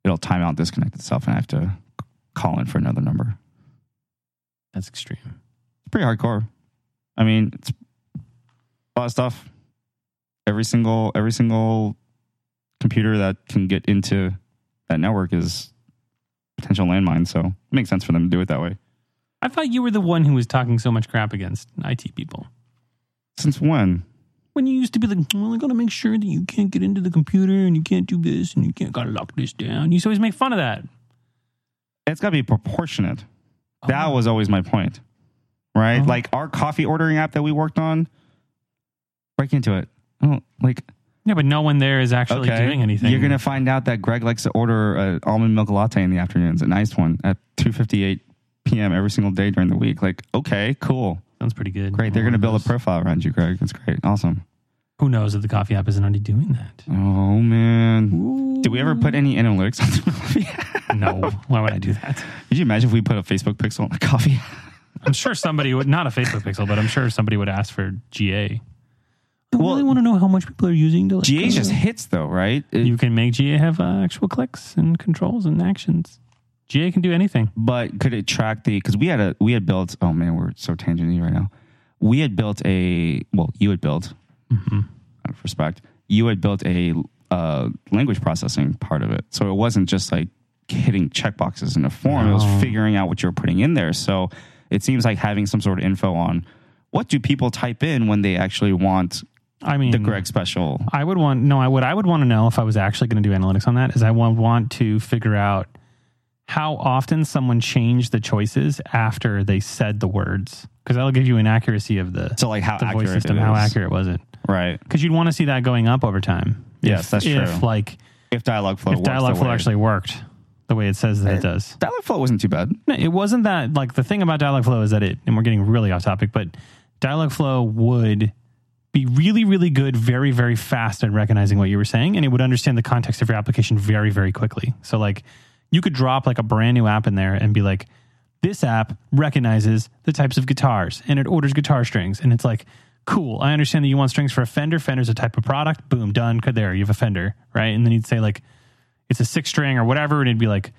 Speaker 1: it'll time out, disconnect itself, and I have to call in for another number.
Speaker 2: That's extreme.
Speaker 1: it's pretty hardcore. I mean, it's a lot of stuff. Every single every single computer that can get into that network is potential landmine. So it makes sense for them to do it that way.
Speaker 2: I thought you were the one who was talking so much crap against IT people.
Speaker 1: Since when?
Speaker 2: When you used to be like, well, I gotta make sure that you can't get into the computer and you can't do this and you can't gotta lock this down. You used to always make fun of that.
Speaker 1: It's got to be proportionate. That
Speaker 2: Oh.
Speaker 1: was always my point, right?
Speaker 2: Oh.
Speaker 1: Like our coffee ordering app that we worked on, break into it. Oh, like
Speaker 2: Yeah, but no one there is actually
Speaker 1: okay,
Speaker 2: doing anything.
Speaker 1: You're gonna find out that Greg likes to order an almond milk latte in the afternoons, a nice one at 2:58 p.m. every single day during the week. Like, okay, cool,
Speaker 2: sounds pretty good.
Speaker 1: great. They're
Speaker 2: One
Speaker 1: gonna
Speaker 2: of
Speaker 1: build a
Speaker 2: those.
Speaker 1: profile around you, Greg. That's great, awesome.
Speaker 2: Who knows if the coffee app isn't already doing that?
Speaker 1: Oh man, did we ever put any analytics on the *laughs* coffee?
Speaker 2: No. Why would I do that?
Speaker 1: Could you imagine if we put a Facebook pixel on a coffee?
Speaker 2: I'm sure somebody would not a Facebook pixel, but I'm sure somebody would ask for GA. I
Speaker 1: Well-
Speaker 2: really want to know how much people are using to. Like,
Speaker 1: GA
Speaker 2: uh,
Speaker 1: just hits though, right? It-
Speaker 2: you can make GA have uh, actual clicks and controls and actions. GA can do anything.
Speaker 1: but could it track the because we had a we had built oh man we're so tangenty right now we had built a well you had built
Speaker 2: Mm-hmm.
Speaker 1: out of respect you had built a uh, language processing part of it so it wasn't just like hitting checkboxes in a form it
Speaker 2: No.
Speaker 1: was figuring out what you were putting in there so it seems like having some sort of info on what do people type in when they actually want
Speaker 2: I mean,
Speaker 1: the greg special
Speaker 2: I would want no. I would. I would want to know if I was actually going to do analytics on that. Is I would want to figure out how often someone changed the choices after they said the words, because that'll give you an accuracy of the,
Speaker 1: so like how
Speaker 2: the
Speaker 1: accurate
Speaker 2: voice system.
Speaker 1: it
Speaker 2: How
Speaker 1: is.
Speaker 2: accurate was it?
Speaker 1: right
Speaker 2: Because you'd want to see that going up over time.
Speaker 1: Yes,
Speaker 2: If-
Speaker 1: that's true.
Speaker 2: If like
Speaker 1: if dialogue flow
Speaker 2: if
Speaker 1: works
Speaker 2: dialogue
Speaker 1: the
Speaker 2: flow
Speaker 1: way-
Speaker 2: actually worked the way it says that it does.
Speaker 1: dialogue flow wasn't too bad
Speaker 2: No, it wasn't that like the thing about dialogue flow is that it and we're getting really off topic, but dialogue flow would be really, really good, very, very fast at recognizing what you were saying, and it would understand the context of your application very, very quickly. So like you could drop like a brand new app in there and be like, this app recognizes the types of guitars and it orders guitar strings. And it's like, cool, I understand that you want strings for a Fender. Fender's a type of product. Boom, done. Good there. You have a Fender, right? And then you'd say, like, it's a six string or whatever. And it'd be like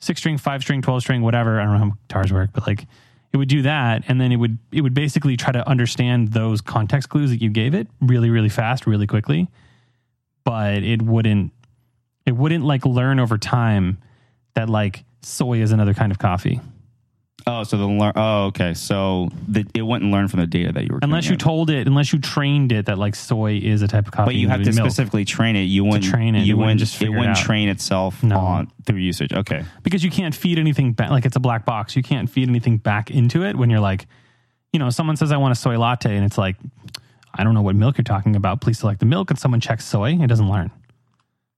Speaker 2: six string, five string, 12 string, whatever. I don't know how guitars work, but like, it would do that. And then it would, it would basically try to understand those context clues that you gave it really, really fast, really quickly. But it wouldn't, it wouldn't like learn over time that like soy is another kind of coffee.
Speaker 1: Oh, so the learn. Oh, okay. So the, it wouldn't learn from the data that you were.
Speaker 2: unless
Speaker 1: giving
Speaker 2: you
Speaker 1: it.
Speaker 2: told it, unless you trained it that like soy is a type of coffee.
Speaker 1: but you have to
Speaker 2: with milk.
Speaker 1: specifically train it. You wouldn't
Speaker 2: train it, it
Speaker 1: You
Speaker 2: wouldn't
Speaker 1: wouldn't
Speaker 2: just
Speaker 1: It
Speaker 2: figure it
Speaker 1: wouldn't
Speaker 2: out.
Speaker 1: train itself
Speaker 2: No.
Speaker 1: on through usage. Okay.
Speaker 2: because you can't feed anything back. Like it's a black box. You can't feed anything back into it when you're like, you know, someone says I want a soy latte, and it's like, I don't know what milk you're talking about. Please select the milk, and someone checks soy. It doesn't learn.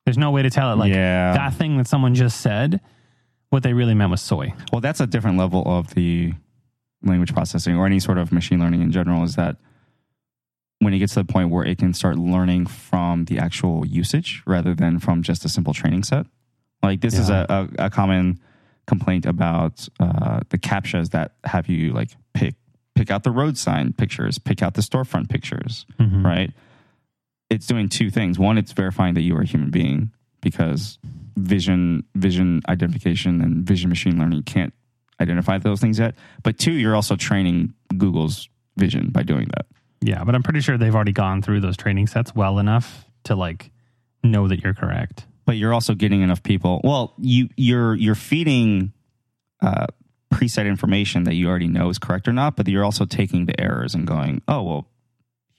Speaker 2: There's no way to tell it like
Speaker 1: Yeah.
Speaker 2: that thing that someone just said. What they really meant was soy.
Speaker 1: Well, that's a different level of the language processing or any sort of machine learning in general. Is that when it gets to the point where it can start learning from the actual usage rather than from just a simple training set. Like this is
Speaker 2: Yeah.
Speaker 1: a, a, a common complaint about uh, the captchas that have you like pick pick out the road sign pictures, pick out the storefront pictures. right? It's doing two things. One, it's verifying that you are a human being because vision, vision identification, and vision machine learning can't identify those things yet. But two, you're also training Google's vision by doing that.
Speaker 2: Yeah, but I'm pretty sure they've already gone through those training sets well enough to like know that you're correct.
Speaker 1: But you're also getting enough people. Well, you you're you're feeding uh, preset information that you already know is correct or not. But you're also taking the errors and going, oh well,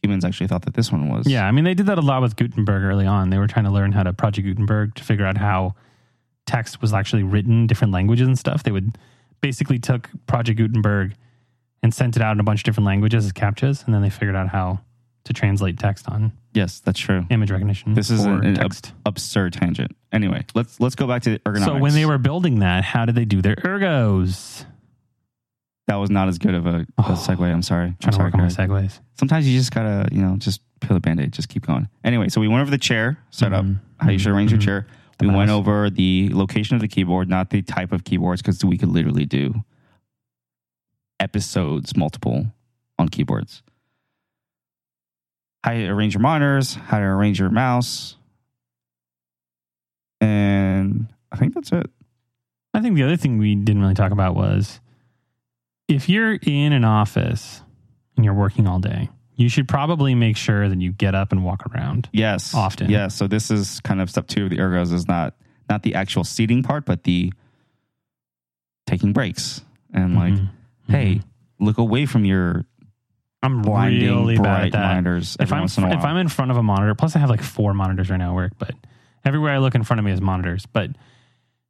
Speaker 1: humans actually thought that this one was.
Speaker 2: Yeah, I mean, they did that a lot with Gutenberg early on. They were trying to learn how to Project Gutenberg to figure out how text was actually written, different languages and stuff. They would basically took Project Gutenberg and sent it out in a bunch of different languages as captchas, and then they figured out how to translate text on
Speaker 1: Yes, that's true.
Speaker 2: image recognition.
Speaker 1: This is
Speaker 2: or
Speaker 1: an, an ab-
Speaker 2: text.
Speaker 1: absurd tangent. Anyway, let's let's go back to the ergonomics.
Speaker 2: so when they were building that, how did they do their ergos?
Speaker 1: that was not as good of a, a
Speaker 2: Oh.
Speaker 1: segue. I'm sorry. I'm
Speaker 2: Trying to
Speaker 1: sorry.
Speaker 2: work on my
Speaker 1: guys.
Speaker 2: segues.
Speaker 1: Sometimes you just gotta you know just peel the band-aid, just keep going. Anyway, so we went over the chair setup,
Speaker 2: Mhm.
Speaker 1: how you should arrange
Speaker 2: Mhm.
Speaker 1: your chair.
Speaker 2: The
Speaker 1: we went
Speaker 2: mouse.
Speaker 1: over the location of the keyboard, not the type of keyboards, because we could literally do episodes multiple on keyboards. How to arrange your monitors, how to arrange your mouse, and I think that's it.
Speaker 2: I think the other thing we didn't really talk about was if you're in an office and you're working all day, you should probably make sure that you get up and walk around.
Speaker 1: Yes.
Speaker 2: Often.
Speaker 1: Yes. So this is kind of step two of the ergos is not not the actual seating part, but the taking breaks and like,
Speaker 2: Mm-hmm.
Speaker 1: hey, look away from your
Speaker 2: I'm
Speaker 1: blinding
Speaker 2: really bad
Speaker 1: bright
Speaker 2: at that.
Speaker 1: monitors
Speaker 2: if
Speaker 1: every
Speaker 2: I'm
Speaker 1: once in a while.
Speaker 2: if I'm in front of a monitor, plus I have like four monitors right now at work, but everywhere I look in front of me is monitors. But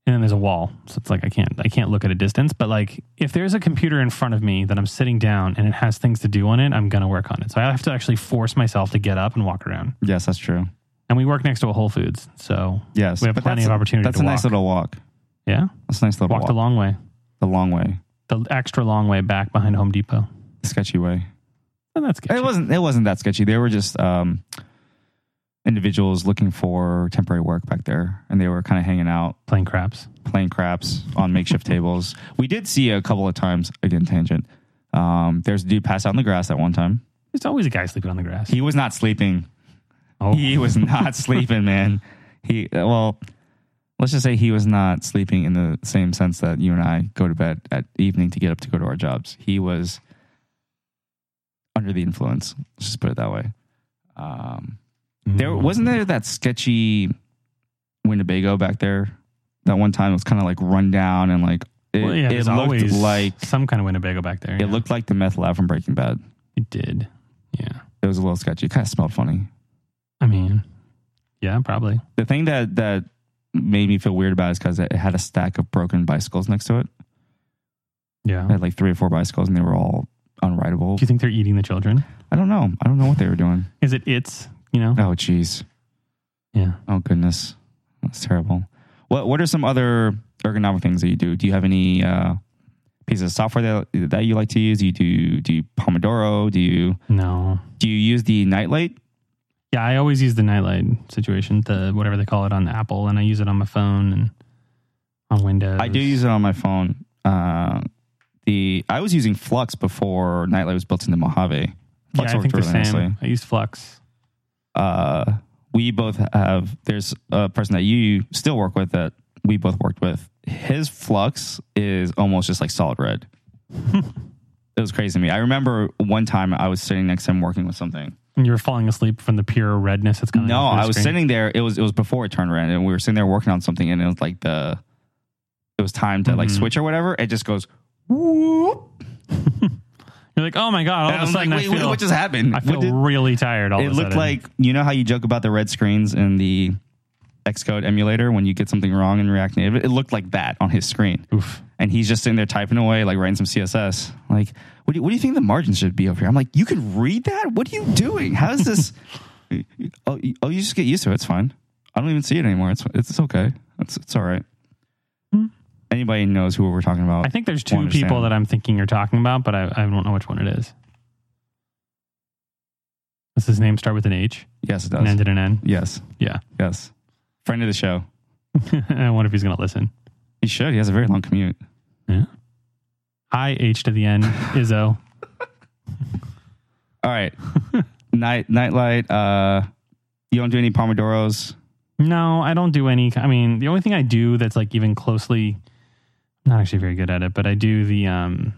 Speaker 2: and then there's a wall, so it's like I can't I can't look at a distance. But like if there's a computer in front of me that I'm sitting down and it has things to do on it, I'm gonna work on it. So I have to actually force myself to get up and walk around.
Speaker 1: yes, that's true.
Speaker 2: And we work next to a Whole Foods, so
Speaker 1: Yes,
Speaker 2: We have
Speaker 1: but
Speaker 2: plenty
Speaker 1: that's
Speaker 2: of
Speaker 1: a-
Speaker 2: opportunity
Speaker 1: That's
Speaker 2: to
Speaker 1: a nice
Speaker 2: walk.
Speaker 1: little walk.
Speaker 2: yeah,
Speaker 1: That's a nice little
Speaker 2: walked
Speaker 1: walk.
Speaker 2: a long way,
Speaker 1: the long way,
Speaker 2: the extra long way back behind Home Depot.
Speaker 1: sketchy way.
Speaker 2: And that's good.
Speaker 1: It wasn't. It wasn't that sketchy. They were just um, individuals looking for temporary work back there, and they were kind of hanging out,
Speaker 2: playing craps.
Speaker 1: playing craps on makeshift tables. We did see a couple of times. Again, tangent. Um, there's a dude passed out on the grass at one time.
Speaker 2: There's always a guy sleeping on the grass.
Speaker 1: He was not sleeping.
Speaker 2: oh,
Speaker 1: He was not sleeping, man. He well, let's just say he was not sleeping in the same sense that you and I go to bed at evening to get up to go to our jobs. He was under the influence. Let's just put it that way. Um,
Speaker 2: Mm.
Speaker 1: there wasn't there that sketchy Winnebago back there. That one time it was kind of like run down and like it,
Speaker 2: Well, yeah,
Speaker 1: it
Speaker 2: there's
Speaker 1: looked
Speaker 2: always
Speaker 1: like
Speaker 2: some kind of Winnebago back there. yeah.
Speaker 1: it looked like the meth lab from Breaking Bad.
Speaker 2: It did. Yeah.
Speaker 1: It was a little sketchy. It kind of smelled funny.
Speaker 2: I mean, yeah, probably.
Speaker 1: The thing that that made me feel weird about it is because it had a stack of broken bicycles next to it.
Speaker 2: Yeah.
Speaker 1: I had like three or four bicycles and they were all unrideable.
Speaker 2: Do you think they're eating the children?
Speaker 1: I don't know. I don't know what they were doing.
Speaker 2: Is it its, you know?
Speaker 1: Oh, jeez.
Speaker 2: Yeah.
Speaker 1: Oh, goodness. That's terrible. What What are some other ergonomic things that you do? Do you have any uh, pieces of software that that you like to use? Do you do do you Pomodoro? Do you
Speaker 2: No.
Speaker 1: do you use the nightlight?
Speaker 2: Yeah, I always use the nightlight situation, the whatever they call it on Apple, and I use it on my phone and on Windows.
Speaker 1: I do use it on my phone. Uh, the I was using Flux before nightlight was built into Mojave.
Speaker 2: Yeah,
Speaker 1: Flux
Speaker 2: I think the
Speaker 1: worked
Speaker 2: same.
Speaker 1: really nicely.
Speaker 2: I use Flux.
Speaker 1: uh, we both have there's a person that you still work with that we both worked with his flux is almost just like solid
Speaker 2: *laughs*
Speaker 1: red it was crazy to me i remember one time i was sitting next to him working with something
Speaker 2: And you were falling asleep from the pure redness that's coming.
Speaker 1: no
Speaker 2: off your
Speaker 1: i was
Speaker 2: screen.
Speaker 1: sitting there it was it was before it turned red and we were sitting there working on something and it was like the it was time to like
Speaker 2: Mhm.
Speaker 1: switch or whatever it just goes whoop
Speaker 2: You're like, oh my god! All
Speaker 1: and
Speaker 2: of a
Speaker 1: i'm like
Speaker 2: sudden,
Speaker 1: wait,
Speaker 2: I
Speaker 1: what-
Speaker 2: feel,
Speaker 1: what just happened
Speaker 2: I
Speaker 1: What
Speaker 2: feel
Speaker 1: did-
Speaker 2: really tired. All
Speaker 1: it
Speaker 2: of a
Speaker 1: looked
Speaker 2: sudden.
Speaker 1: like you know how you joke about the red screens in the Xcode emulator when you get something wrong in React Native. It looked like that on his screen,
Speaker 2: Oof.
Speaker 1: and he's just sitting there typing away, like writing some CSS. Like, what do you, what do you think the margin should be over here? I'm like, you can read that? What are you doing? How is this? *laughs* oh, you- oh, you just get used to it. It's fine. I don't even see it anymore. It's it's, it's okay. It's it's all right.
Speaker 2: Hmm.
Speaker 1: Anybody knows who we're talking about?
Speaker 2: I think there's
Speaker 1: Won't
Speaker 2: two people
Speaker 1: understand.
Speaker 2: that I'm thinking you're talking about, but I, I don't know which one it is. Does his name start with an H
Speaker 1: yes, it
Speaker 2: and
Speaker 1: does.
Speaker 2: end in an N? *laughs*
Speaker 1: Yes,
Speaker 2: Yeah.
Speaker 1: yes. Friend of the show.
Speaker 2: I wonder if he's going to listen.
Speaker 1: He should. He has a very long commute.
Speaker 2: Hi, H to the
Speaker 1: *laughs*
Speaker 2: N, Izzo.
Speaker 1: All right. *laughs* Night nightlight. Uh, you don't do any pomodoros.
Speaker 2: No, I don't do any. I mean, the only thing I do that's like even closely, I'm not actually very good at it, but I do the, um,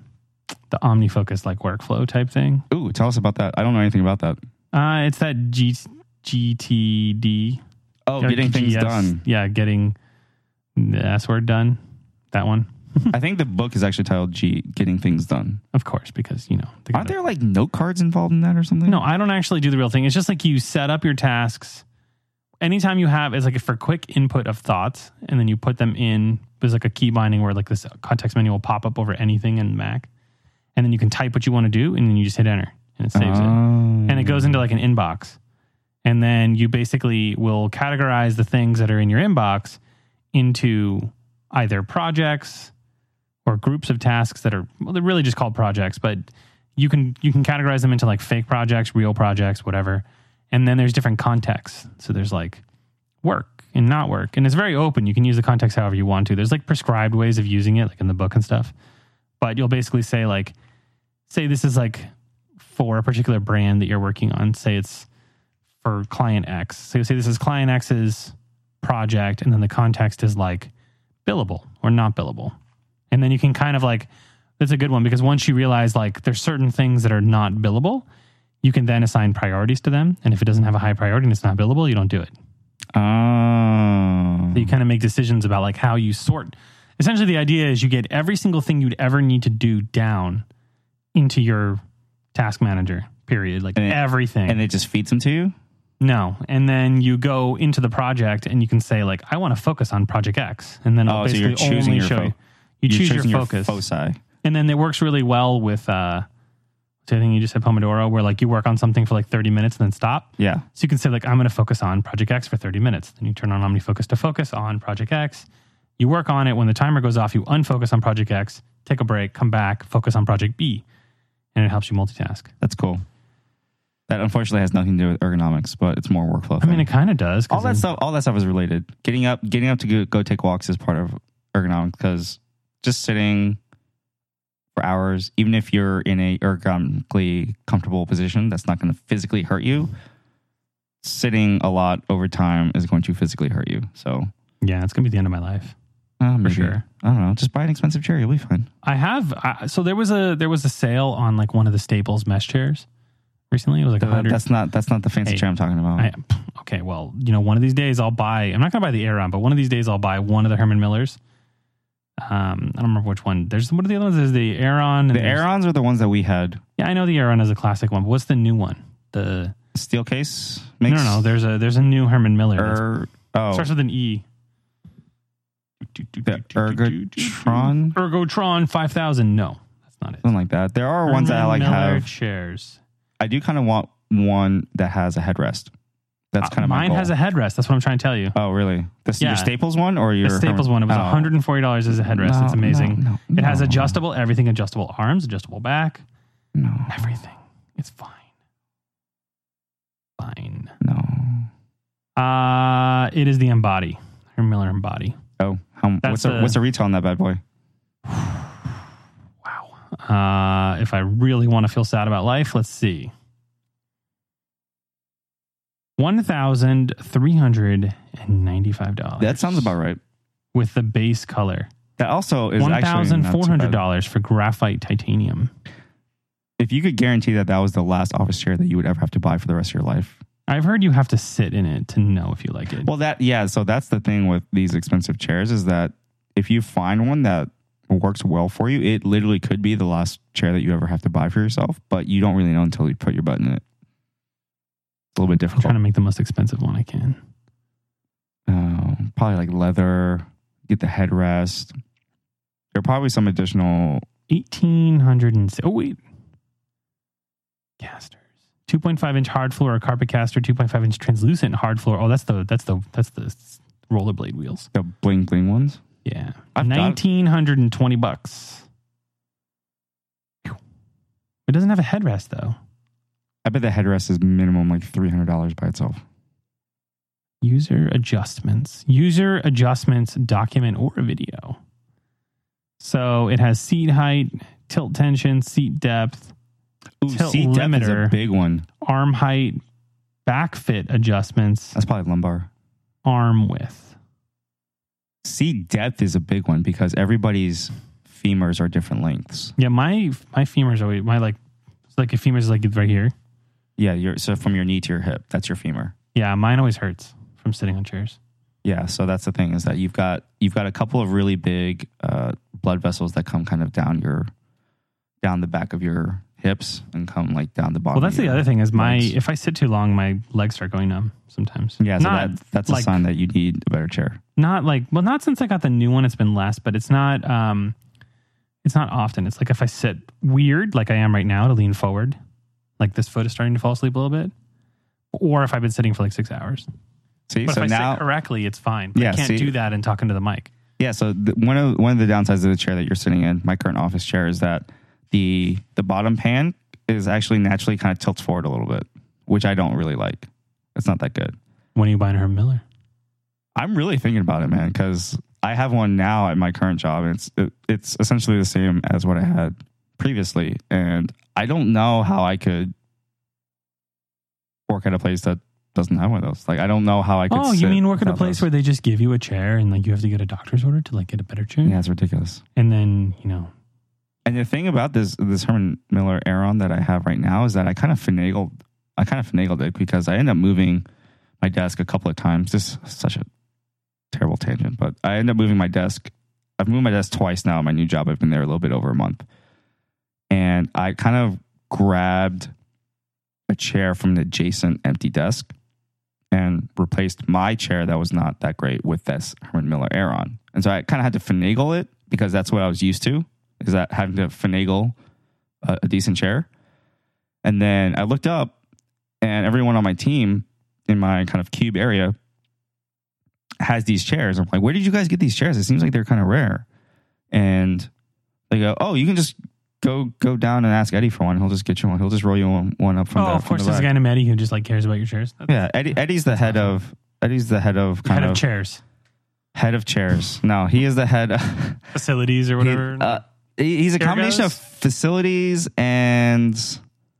Speaker 2: the OmniFocus like workflow type thing.
Speaker 1: Ooh, tell us about that. I don't know anything about that.
Speaker 2: Uh, it's that G, GTD.
Speaker 1: Oh,
Speaker 2: or
Speaker 1: getting things
Speaker 2: GS. *laughs*
Speaker 1: done.
Speaker 2: Yeah, getting the S word done. That one.
Speaker 1: I think the book is actually titled G Getting Things Done.
Speaker 2: Of course, because you know. They
Speaker 1: Aren't
Speaker 2: gotta-
Speaker 1: there like note cards involved in that or something?
Speaker 2: No, I don't actually do the real thing. It's just like you set up your tasks. Anytime you have it's like for quick input of thoughts, and then you put them in. There's like a key binding where like this context menu will pop up over anything in Mac, and then you can type what you want to do, and then you just hit enter, and it saves it and it goes into like an inbox. And then you basically will categorize the things that are in your inbox into either projects or groups of tasks that are well, they're really just called projects, but you can you can categorize them into like fake projects, real projects, whatever. And then there's different contexts. So there's like work and not work. And it's very open. You can use the context however you want to. There's like prescribed ways of using it, like in the book and stuff. But you'll basically say like, say this is like for a particular brand that you're working on. Say it's for client X. So you say this is client X's project, and then the context is like billable or not billable. And then you can kind of like, that's a good one because once you realize like there's certain things that are not billable, you can then assign priorities to them. And if it doesn't have a high priority and it's not billable, you don't do it.
Speaker 1: Oh.
Speaker 2: So you kind of make decisions about like how you sort essentially the idea is you get every single thing you'd ever need to do down into your task manager period like
Speaker 1: And it-
Speaker 2: everything
Speaker 1: and it just feeds them to you.
Speaker 2: no and then you go into the project and you can say like i want to focus on project x and then i'll
Speaker 1: Oh, so you're
Speaker 2: basically
Speaker 1: choosing
Speaker 2: only
Speaker 1: your
Speaker 2: show
Speaker 1: fo-
Speaker 2: you you
Speaker 1: You're
Speaker 2: choose your
Speaker 1: choosing
Speaker 2: focus
Speaker 1: foci.
Speaker 2: and then it works really well with uh so I think you just said Pomodoro, where like you work on something for like 30 minutes and then stop.
Speaker 1: Yeah.
Speaker 2: So you can say like I'm going to focus on Project X for 30 minutes. Then you turn on OmniFocus to focus on Project X. You work on it when the timer goes off. You unfocus on Project X, take a break, come back, focus on Project B, and it helps you multitask.
Speaker 1: That's cool. That unfortunately has nothing to do with ergonomics, but it's more workflow.
Speaker 2: I mean,
Speaker 1: thing.
Speaker 2: it kind of does. 'cause
Speaker 1: all that
Speaker 2: then-
Speaker 1: stuff, all that stuff is related. Getting up, getting up to go, go take walks is part of ergonomics because just sitting for hours, even if you're in a ergonomically comfortable position, that's not going to physically hurt you. Sitting a lot over time is going to physically hurt you. So
Speaker 2: Yeah, it's gonna be the end of my life
Speaker 1: uh,
Speaker 2: for
Speaker 1: maybe-
Speaker 2: sure.
Speaker 1: I don't know. Just buy an expensive chair. You'll be fine.
Speaker 2: I have. I, so there was a there was a sale on like one of the Staples mesh chairs recently. It was like
Speaker 1: Th-
Speaker 2: 100.
Speaker 1: Uh, That's not. That's not the fancy
Speaker 2: Hey,
Speaker 1: chair I'm talking about.
Speaker 2: I, pff, okay, well, you know, one of these days I'll buy. I'm not gonna buy the Aeron, but one of these days I'll buy one of the Herman Millers. Um, I don't remember which one. There's what are the other ones? There's the Aeron. and
Speaker 1: the
Speaker 2: there's-
Speaker 1: Aerons are the ones that we had.
Speaker 2: Yeah, I know the Aeron is a classic one. But what's the new one? The
Speaker 1: Steel case
Speaker 2: no,
Speaker 1: makes
Speaker 2: no, no. There's a there's a new Herman Miller. that's-
Speaker 1: er, oh
Speaker 2: Starts with an E.
Speaker 1: the Ergotron,
Speaker 2: Ergotron 5000. No, that's not it.
Speaker 1: something like that. There are ones that I
Speaker 2: Herman
Speaker 1: like
Speaker 2: Miller
Speaker 1: have.
Speaker 2: chairs.
Speaker 1: I do kind of want one that has a headrest. That's
Speaker 2: Uh,
Speaker 1: kind of my
Speaker 2: mine
Speaker 1: goal.
Speaker 2: has a headrest. That's what I'm trying to tell you.
Speaker 1: oh really? The,
Speaker 2: Yeah.
Speaker 1: Your Staples one or your
Speaker 2: the Staples one. It was
Speaker 1: Oh.
Speaker 2: $140 as a headrest.
Speaker 1: No,
Speaker 2: it's amazing.
Speaker 1: no, no,
Speaker 2: It has
Speaker 1: no,
Speaker 2: adjustable everything, adjustable arms, adjustable back,
Speaker 1: No,
Speaker 2: everything. It's fine. Fine.
Speaker 1: no.
Speaker 2: Uh it is the Embody. Her Miller Embody.
Speaker 1: Oh, how,
Speaker 2: That's
Speaker 1: what's the,
Speaker 2: the-
Speaker 1: what's the retail on that bad boy?
Speaker 2: Wow. Uh if I really want to feel sad about life, let's see. One thousand three hundred and ninety-five dollars.
Speaker 1: That sounds about right.
Speaker 2: with the base color.
Speaker 1: That also is
Speaker 2: One
Speaker 1: actually
Speaker 2: thousand
Speaker 1: not too
Speaker 2: four
Speaker 1: bad.
Speaker 2: hundred dollars for graphite titanium.
Speaker 1: If you could guarantee that that was the last office chair that you would ever have to buy for the rest of your life,
Speaker 2: I've heard you have to sit in it to know if you like it.
Speaker 1: Well, that yeah. So that's the thing with these expensive chairs is that if you find one that works well for you, it literally could be the last chair that you ever have to buy for yourself. But you don't really know until you put your butt in it. It's a little bit
Speaker 2: I'm
Speaker 1: difficult.
Speaker 2: trying to make the most expensive one I can.
Speaker 1: Uh, probably like leather. Get the headrest. There are probably some additional.
Speaker 2: Eighteen hundred and oh wait, casters. Two point five inch hard floor or carpet caster. Two point five inch translucent hard floor. Oh, that's the that's the that's the s- rollerblade wheels.
Speaker 1: The bling bling ones.
Speaker 2: Yeah,
Speaker 1: I've got-
Speaker 2: nineteen hundred and twenty bucks. It doesn't have a headrest though.
Speaker 1: I bet the headrest is minimum like three hundred dollars by itself.
Speaker 2: User adjustments. User adjustments document or video. So it has seat height, tilt tension, seat depth,
Speaker 1: Ooh,
Speaker 2: Tilt
Speaker 1: seat depth is a
Speaker 2: limiter.
Speaker 1: big one.
Speaker 2: arm height, back fit adjustments,
Speaker 1: That's probably lumbar.
Speaker 2: arm width.
Speaker 1: Seat depth is a big one because everybody's femurs are different lengths.
Speaker 2: Yeah, my my femurs always my like it's like if femurs is like right here.
Speaker 1: Yeah, your so from your knee to your hip, that's your femur.
Speaker 2: Yeah, mine always hurts from sitting on chairs.
Speaker 1: Yeah, so that's the thing is that you've got you've got a couple of really big uh, blood vessels that come kind of down your down the back of your hips and come like down the bottom.
Speaker 2: Well, that's
Speaker 1: of
Speaker 2: the
Speaker 1: your-
Speaker 2: other thing is my
Speaker 1: legs.
Speaker 2: if I sit too long, my legs start going numb sometimes.
Speaker 1: Yeah, so
Speaker 2: not
Speaker 1: that, that's a
Speaker 2: like-
Speaker 1: sign that you need a better chair.
Speaker 2: not like well not since I got the new one. It's been less, but it's not um it's not often. It's like if I sit weird like I am right now to lean forward, like this foot is starting to fall asleep a little bit, or if I've been sitting for like six hours.
Speaker 1: See,
Speaker 2: But
Speaker 1: so
Speaker 2: if I
Speaker 1: now
Speaker 2: sit correctly, it's fine. But
Speaker 1: Yeah,
Speaker 2: I can't
Speaker 1: see-
Speaker 2: do that and talking to the mic.
Speaker 1: Yeah. So the, one of one of the downsides of the chair that you're sitting in, my current office chair, is that the the bottom pan is actually naturally kind of tilts forward a little bit, which I don't really like. It's not that good.
Speaker 2: When are you buying her Miller?
Speaker 1: I'm really thinking about it, man, because I have one now at my current job, and it's it, it's essentially the same as what I had previously, and I don't know how I could work at a place that doesn't have one of those. Like, I don't know how I could.
Speaker 2: Oh, you
Speaker 1: sit
Speaker 2: mean work at a
Speaker 1: without
Speaker 2: place
Speaker 1: those.
Speaker 2: where they just give you a chair and like you have to get a doctor's order to like get a better chair?
Speaker 1: Yeah, it's ridiculous.
Speaker 2: And then, you know,
Speaker 1: And the thing about this this Herman Miller Aeron that I have right now is that I kind of finagled I kind of finagled it because I end up moving my desk a couple of times. This is such a terrible tangent, but I end up moving my desk. I I've moved my desk twice now. in My new job, I've been there a little bit over a month, and I kind of grabbed a chair from an adjacent empty desk and replaced my chair that was not that great with this Herman Miller Aeron. And so I kind of had to finagle it because that's what I was used to is that having to finagle a, a decent chair. And then I looked up and everyone on my team in my kind of cube area has these chairs. I'm like, where did you guys get these chairs? It seems like they're kind of rare. And they go, oh, you can just go go down and ask Eddie for one. He'll just get you one. He'll just roll you one, one up from
Speaker 2: oh,
Speaker 1: the
Speaker 2: of
Speaker 1: from
Speaker 2: course,
Speaker 1: the
Speaker 2: there's a
Speaker 1: rack."
Speaker 2: guy named Eddie who just like cares about your chairs. That's
Speaker 1: Yeah, Eddie, Eddie's the head of Eddie's the head of kind
Speaker 2: head
Speaker 1: of,
Speaker 2: of chairs,
Speaker 1: head of chairs. No, he is the head. Of,
Speaker 2: facilities or *laughs* whatever.
Speaker 1: He, uh, he- he's a
Speaker 2: Here
Speaker 1: combination
Speaker 2: goes.
Speaker 1: of facilities and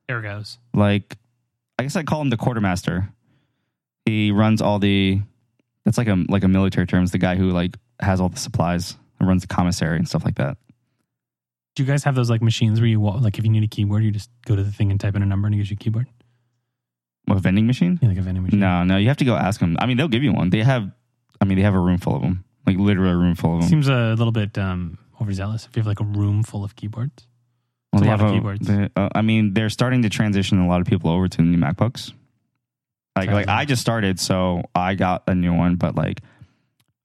Speaker 2: there it goes.
Speaker 1: like I guess I call him the quartermaster. He runs all the. That's like a like a military terms. The guy who like has all the supplies and runs the commissary and stuff like that.
Speaker 2: Do you guys have those like machines where you wa- like if you need a keyboard, you just go to the thing and type in a number and it gives you a keyboard?
Speaker 1: What vending machine?
Speaker 2: You like a vending machine?
Speaker 1: No, no, you have to go ask them. I mean, they'll give you one. They have, I mean, they have a room full of them, like literally a room full of them.
Speaker 2: Seems a little bit um, overzealous if you have like a room full of keyboards.
Speaker 1: Well,
Speaker 2: It's a
Speaker 1: they
Speaker 2: lot
Speaker 1: have
Speaker 2: of keyboards.
Speaker 1: they- uh, I mean, they're starting to transition a lot of people over to the new MacBooks. Like,
Speaker 2: Fair
Speaker 1: like
Speaker 2: enough.
Speaker 1: I just started, so I got a new one. But like,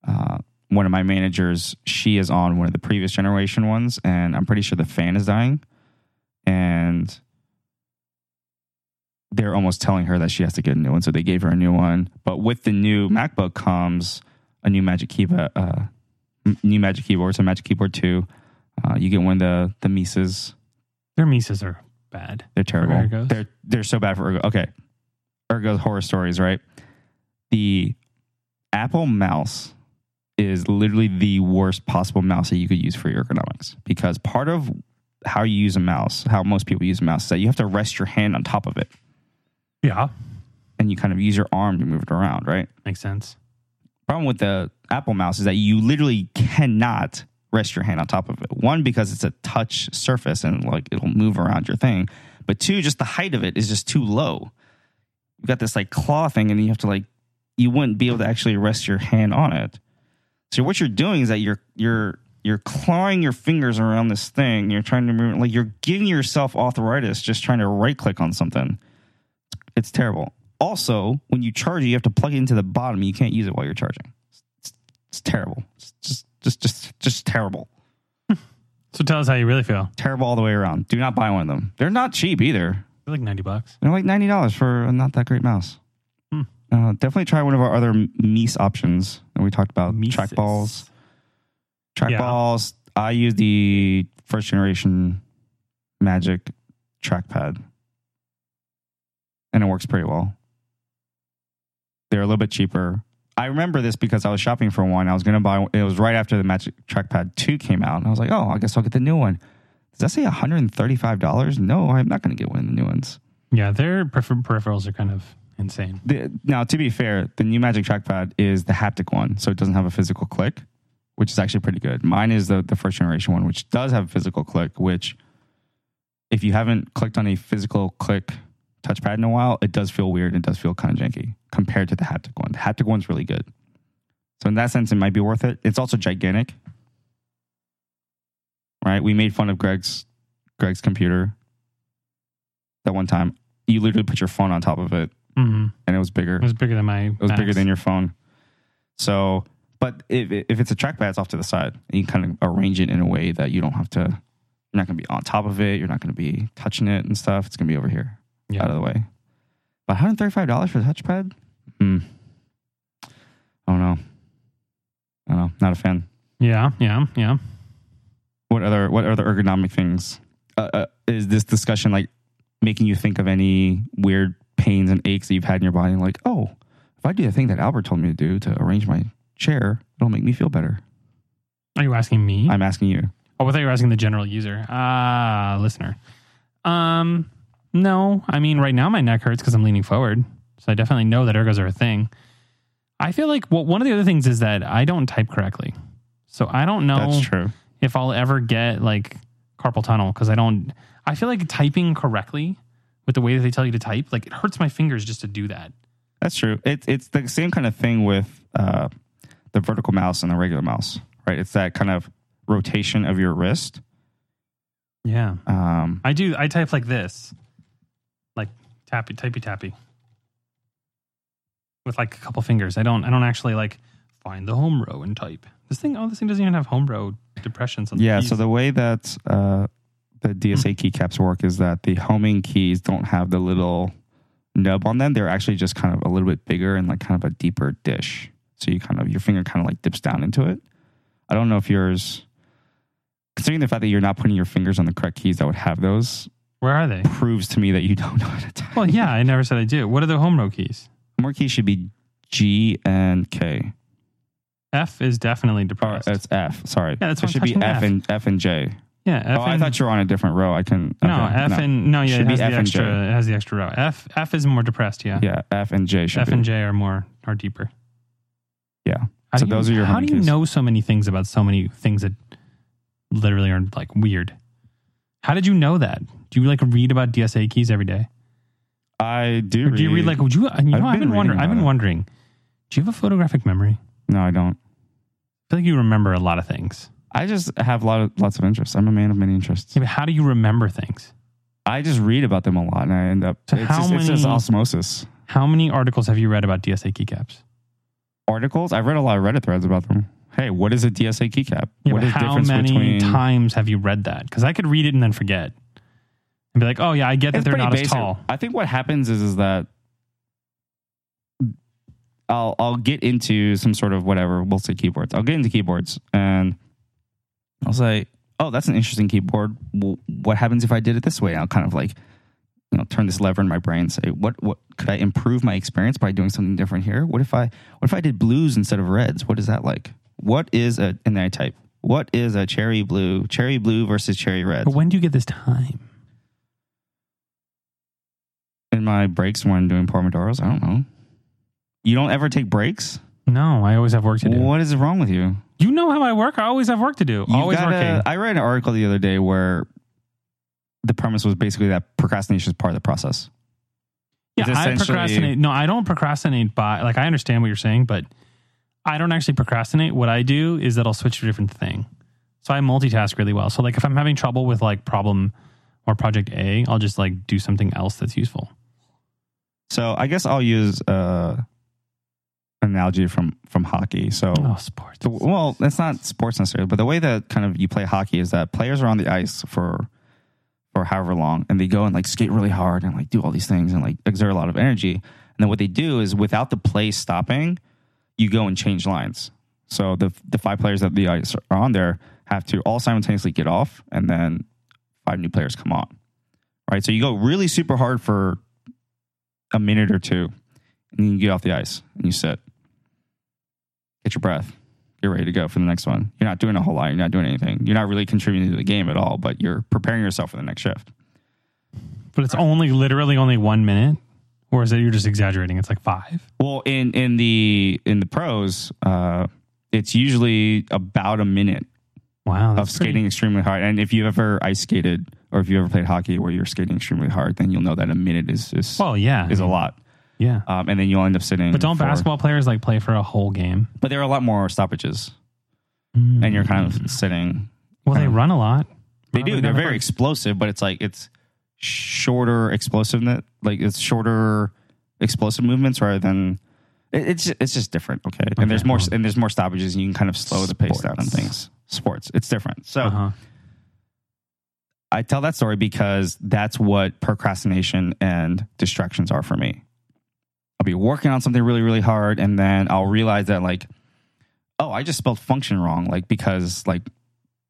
Speaker 1: uh, one of my managers, she is on one of the previous generation ones, and I'm pretty sure the fan is dying, and they're almost telling her that she has to get a new one. So they gave her a new one. But with the new MacBook comes a new Magic Keyboard, uh, m- new Magic Keyboard, so Magic Keyboard Two. Uh, you get one of the the Mises.
Speaker 2: Their Mises are bad.
Speaker 1: They're terrible.
Speaker 2: Ergos?
Speaker 1: They're they're so bad for Ergo. Okay. Ergo's horror stories, right? The Apple mouse is literally the worst possible mouse that you could use for your ergonomics because part of how you use a mouse, how most people use a mouse, is that you have to rest your hand on top of it
Speaker 2: Yeah,
Speaker 1: and you kind of use your arm to move it around, right?
Speaker 2: makes sense.
Speaker 1: problem with the Apple mouse is that you literally cannot rest your hand on top of it. One, because it's a touch surface and like it'll move around your thing. But two, just the height of it is just too low. You've got this like claw thing and you have to like you wouldn't be able to actually rest your hand on it. So what you're doing is that you're you're you're clawing your fingers around this thing. You're trying to move like you're giving yourself arthritis just trying to right click on something. It's terrible. Also, when you charge it, you have to plug it into the bottom. You can't use it while you're charging. It's, it's terrible. It's just just just just terrible.
Speaker 2: So tell us how you really feel.
Speaker 1: Terrible all the way around. Do not buy one of them. They're not cheap either.
Speaker 2: They're like ninety bucks.
Speaker 1: They're like ninety dollars for a not that great mouse.
Speaker 2: Hmm.
Speaker 1: Uh, definitely try one of our other Mies options that we talked about.
Speaker 2: Mises.
Speaker 1: Trackballs, trackballs.
Speaker 2: Yeah.
Speaker 1: I use the first generation Magic trackpad, and it works pretty well. They're a little bit cheaper. I remember this because I was shopping for one. I was going to buy. It was right after the Magic Trackpad Two came out, and I was like, "Oh, I guess I'll get the new one." Does that say one hundred and thirty-five dollars? No, I'm not going to get one of the new ones.
Speaker 2: Yeah, their peripher- peripherals are kind of insane.
Speaker 1: The, now, to be fair, the new Magic Trackpad is the haptic one, so it doesn't have a physical click, which is actually pretty good. Mine is the, the first generation one, which does have a physical click, which, if you haven't clicked on a physical click touchpad in a while, it does feel weird. It does feel kind of janky compared to the haptic one. The haptic one's really good. So, in that sense, it might be worth it. It's also gigantic, right? We made fun of Greg's Greg's computer that one time. You literally put your phone on top of it
Speaker 2: hmm
Speaker 1: and it was bigger.
Speaker 2: It was bigger than my.
Speaker 1: It was bigger than your phone. So, but if, if it's a trackpad, it's off to the side. You can kind of arrange it in a way that you don't have to, you're not going to be on top of it. You're not going to be touching it and stuff. It's going to be over here
Speaker 2: Yeah.
Speaker 1: out of the way. But $135 for the touchpad? Hmm. I don't know. I don't know. Not a fan.
Speaker 2: Yeah, yeah, yeah.
Speaker 1: What other, what other ergonomic things? Uh, uh, is this discussion like making you think of any weird pains and aches that you've had in your body? Like, oh, if I do the thing that Albert told me to do to arrange my chair, it'll make me feel better.
Speaker 2: Are you asking me?
Speaker 1: I'm asking you.
Speaker 2: Oh, I thought you were asking the general user. Ah, listener. Um, no, I mean, right now my neck hurts because I'm leaning forward. So I definitely know that ergos are a thing. I feel like well, one of the other things is that I don't type correctly. So I don't know
Speaker 1: That's true.
Speaker 2: if I'll ever get like carpal tunnel because I don't, I feel like typing correctly with the way that they tell you to type, like it hurts my fingers just to do that.
Speaker 1: That's true. It's it's the same kind of thing with uh, the vertical mouse and the regular mouse, right? It's that kind of rotation of your wrist.
Speaker 2: Yeah.
Speaker 1: Um,
Speaker 2: I do. I type like this, like tappy, tappy, tappy, with like a couple fingers. I don't. I don't actually like find the home row and type. This thing. Oh, this thing doesn't even have home row depressions. On the
Speaker 1: yeah. So
Speaker 2: keys. Mm-hmm.
Speaker 1: the way that uh, the DSA keycaps work is that the homing keys don't have the little nub on them. They're actually just kind of a little bit bigger and like kind of a deeper dish. So you kind of your finger kind of like dips down into it. I don't know if yours, considering the fact that you're not putting your fingers on the correct keys that would have those,
Speaker 2: where are they?
Speaker 1: proves to me that you *laughs* don't know how to type.
Speaker 2: Well, yeah. I never said I do. What are the home row keys?
Speaker 1: More keys should be G and K.
Speaker 2: F is definitely
Speaker 1: Or
Speaker 2: depressed.
Speaker 1: Uh, it's F. Sorry.
Speaker 2: Yeah, that's
Speaker 1: it
Speaker 2: what I'm
Speaker 1: should be
Speaker 2: touching
Speaker 1: F,
Speaker 2: F.
Speaker 1: and F and J.
Speaker 2: yeah. F
Speaker 1: oh, I
Speaker 2: and,
Speaker 1: thought you were on a different row. I can.
Speaker 2: no.
Speaker 1: okay,
Speaker 2: F and no. Yeah.
Speaker 1: Should
Speaker 2: It
Speaker 1: be
Speaker 2: has
Speaker 1: F
Speaker 2: the
Speaker 1: and
Speaker 2: extra.
Speaker 1: J.
Speaker 2: It has the extra row. F F is more depressed. Yeah.
Speaker 1: yeah, F and J should
Speaker 2: F
Speaker 1: be.
Speaker 2: and J are more are deeper.
Speaker 1: Yeah.
Speaker 2: How
Speaker 1: So
Speaker 2: do you-
Speaker 1: those are your
Speaker 2: How
Speaker 1: home
Speaker 2: do you
Speaker 1: keys.
Speaker 2: know so many things about so many things that literally are like weird? How did you know that? Do you like read about DSA keys every day?
Speaker 1: I do.
Speaker 2: Or do you read like? Would you? You know,
Speaker 1: I've
Speaker 2: I've,
Speaker 1: been
Speaker 2: been, wondering.
Speaker 1: reading
Speaker 2: I've been
Speaker 1: about it.
Speaker 2: wondering. Do you have a photographic memory?
Speaker 1: No, I don't.
Speaker 2: I feel like you remember a lot of things.
Speaker 1: I just have lot of, lots of interests. I'm a man of many interests.
Speaker 2: Yeah, but how do you remember things?
Speaker 1: I just read about them a lot, and I end up.
Speaker 2: So
Speaker 1: it's,
Speaker 2: how
Speaker 1: just, it's just
Speaker 2: many-
Speaker 1: osmosis.
Speaker 2: How many articles have you read about DSA keycaps?
Speaker 1: Articles. I've read a lot of Reddit threads about them. Hey, what is a DSA keycap?
Speaker 2: Yeah,
Speaker 1: what
Speaker 2: but
Speaker 1: is
Speaker 2: how many times have you read that? Because I could read it and then forget and be like, oh yeah, I get that
Speaker 1: It's
Speaker 2: they're
Speaker 1: pretty
Speaker 2: not as
Speaker 1: basic.
Speaker 2: tall.
Speaker 1: I think what happens is is that I'll I'll get into some sort of whatever. We'll say keyboards. I'll get into keyboards and I'll say, oh, that's an interesting keyboard. W- What happens if I did it this way? I'll kind of like you know turn this lever in my brain and say, what what could I improve my experience by doing something different here? What if I what if I did blues instead of reds? What is that like? What is a and then I type. What is a cherry blue? Cherry blue versus cherry red.
Speaker 2: But when do you get this time?
Speaker 1: in my breaks when doing pomodoros. I don't know. You don't ever take breaks.
Speaker 2: No, I always have work to do.
Speaker 1: What is wrong with you?
Speaker 2: You know how I work. I always have work to do.
Speaker 1: You
Speaker 2: always
Speaker 1: gotta-
Speaker 2: working.
Speaker 1: I read an article the other day where the premise was basically that procrastination is part of the process.
Speaker 2: Yeah,
Speaker 1: It's
Speaker 2: I
Speaker 1: essentially-
Speaker 2: procrastinate. No, I don't procrastinate by like I understand what you're saying, but I don't actually procrastinate. What I do is that I'll switch to a different thing. So I multitask really well. So like if I'm having trouble with like problem or project A, I'll just like do something else that's useful.
Speaker 1: So I guess I'll use uh, an analogy from from hockey. So
Speaker 2: Oh, sports.
Speaker 1: the- well, that's not sports necessarily, but the way that kind of you play hockey is that players are on the ice for for however long, and they go and like skate really hard and like do all these things and like exert a lot of energy. And then what they do is without the play stopping, you go and change lines. So the the five players that the ice are on there have to all simultaneously get off, and then five new players come on. Right, so you go really super hard for a minute or two, and then you get off the ice and you sit, get your breath, you're ready to go for the next one. You're not doing a whole lot. You're not doing anything. You're not really contributing to the game at all, but you're preparing yourself for the next shift.
Speaker 2: But it's only literally only one minute, or is it you're just exaggerating? It's like five.
Speaker 1: Well, in in the in the pros, uh, it's usually about a minute
Speaker 2: Wow,
Speaker 1: of
Speaker 2: that's pretty-
Speaker 1: skating extremely hard. And if you've ever ice skated or if you ever played hockey where you're skating extremely hard, then you'll know that a minute is is,
Speaker 2: Well, yeah,
Speaker 1: is a lot.
Speaker 2: yeah.
Speaker 1: Um, and then you'll end up sitting.
Speaker 2: But don't
Speaker 1: for-
Speaker 2: basketball players like play for a whole game?
Speaker 1: But there are a lot more stoppages, and you're kind
Speaker 2: Mm-hmm.
Speaker 1: of sitting.
Speaker 2: Well, they run a lot.
Speaker 1: They
Speaker 2: Run
Speaker 1: do.
Speaker 2: like
Speaker 1: They're
Speaker 2: motherfuckers.
Speaker 1: very explosive, but it's like it's shorter explosiveness, like it's shorter explosive movements rather than it- it's ju- it's just different. Okay,
Speaker 2: Okay.
Speaker 1: and there's more and there's more stoppages, and you can kind of slow the pace down on
Speaker 2: Sports.
Speaker 1: things. Sports, it's different. So
Speaker 2: Uh-huh.
Speaker 1: I tell that story because that's what procrastination and distractions are for me. I'll be working on something really, really hard, and then I'll realize that like, oh, I just spelled function wrong, like because like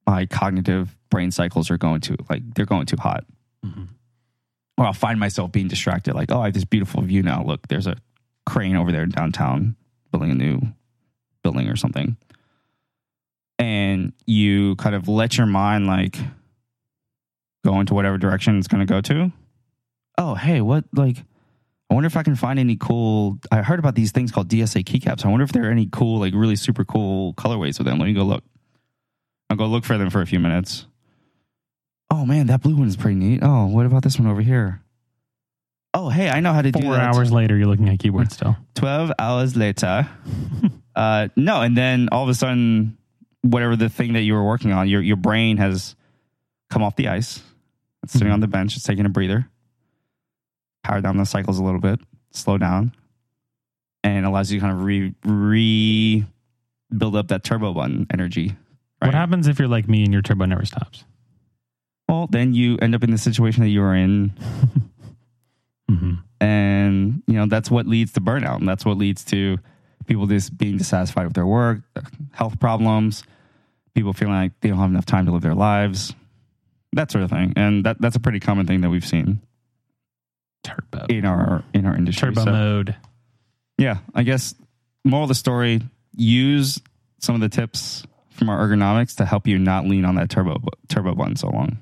Speaker 1: my cognitive brain cycles are going too like they're going too hot.
Speaker 2: Mhm.
Speaker 1: Or I'll find myself being distracted, like, oh, I have this beautiful view now. Look, there's a crane over there in downtown building a new building or something. And you kind of let your mind like go into whatever direction it's going to go to. Oh, hey, what like I wonder if I can find any cool I heard about these things called DSA keycaps. I wonder if there are any cool like really super cool colorways with them. Let me go look. I'll go look for them for a few minutes. Oh man, that blue one's pretty neat. Oh, what about this one over here? Oh, hey, I know how to do
Speaker 2: Four
Speaker 1: that.
Speaker 2: hours later, you're looking
Speaker 1: *laughs*
Speaker 2: at keyboard still.
Speaker 1: 12 hours later. uh, no, and then all of a sudden, whatever the thing that you were working on, your your brain has come off the ice. It's sitting
Speaker 2: Mhm.
Speaker 1: on the bench. It's taking a breather. Power down those cycles a little bit. Slow down, and allows you to kind of re re build up that turbo button energy.
Speaker 2: What happens if you're like me and your turbo never stops?
Speaker 1: Well, then you end up in the situation that you were in,
Speaker 2: Mm-hmm.
Speaker 1: and you know that's what leads to burnout, and that's what leads to people just being dissatisfied with their work, health problems, people feeling like they don't have enough time to live their lives, that sort of thing. And that that's a pretty common thing that we've seen
Speaker 2: Turbo.
Speaker 1: in our in our industry.
Speaker 2: Turbo
Speaker 1: So,
Speaker 2: mode.
Speaker 1: yeah, I guess moral of the story: use some of the tips from our ergonomics to help you not lean on that turbo bu- turbo button so long.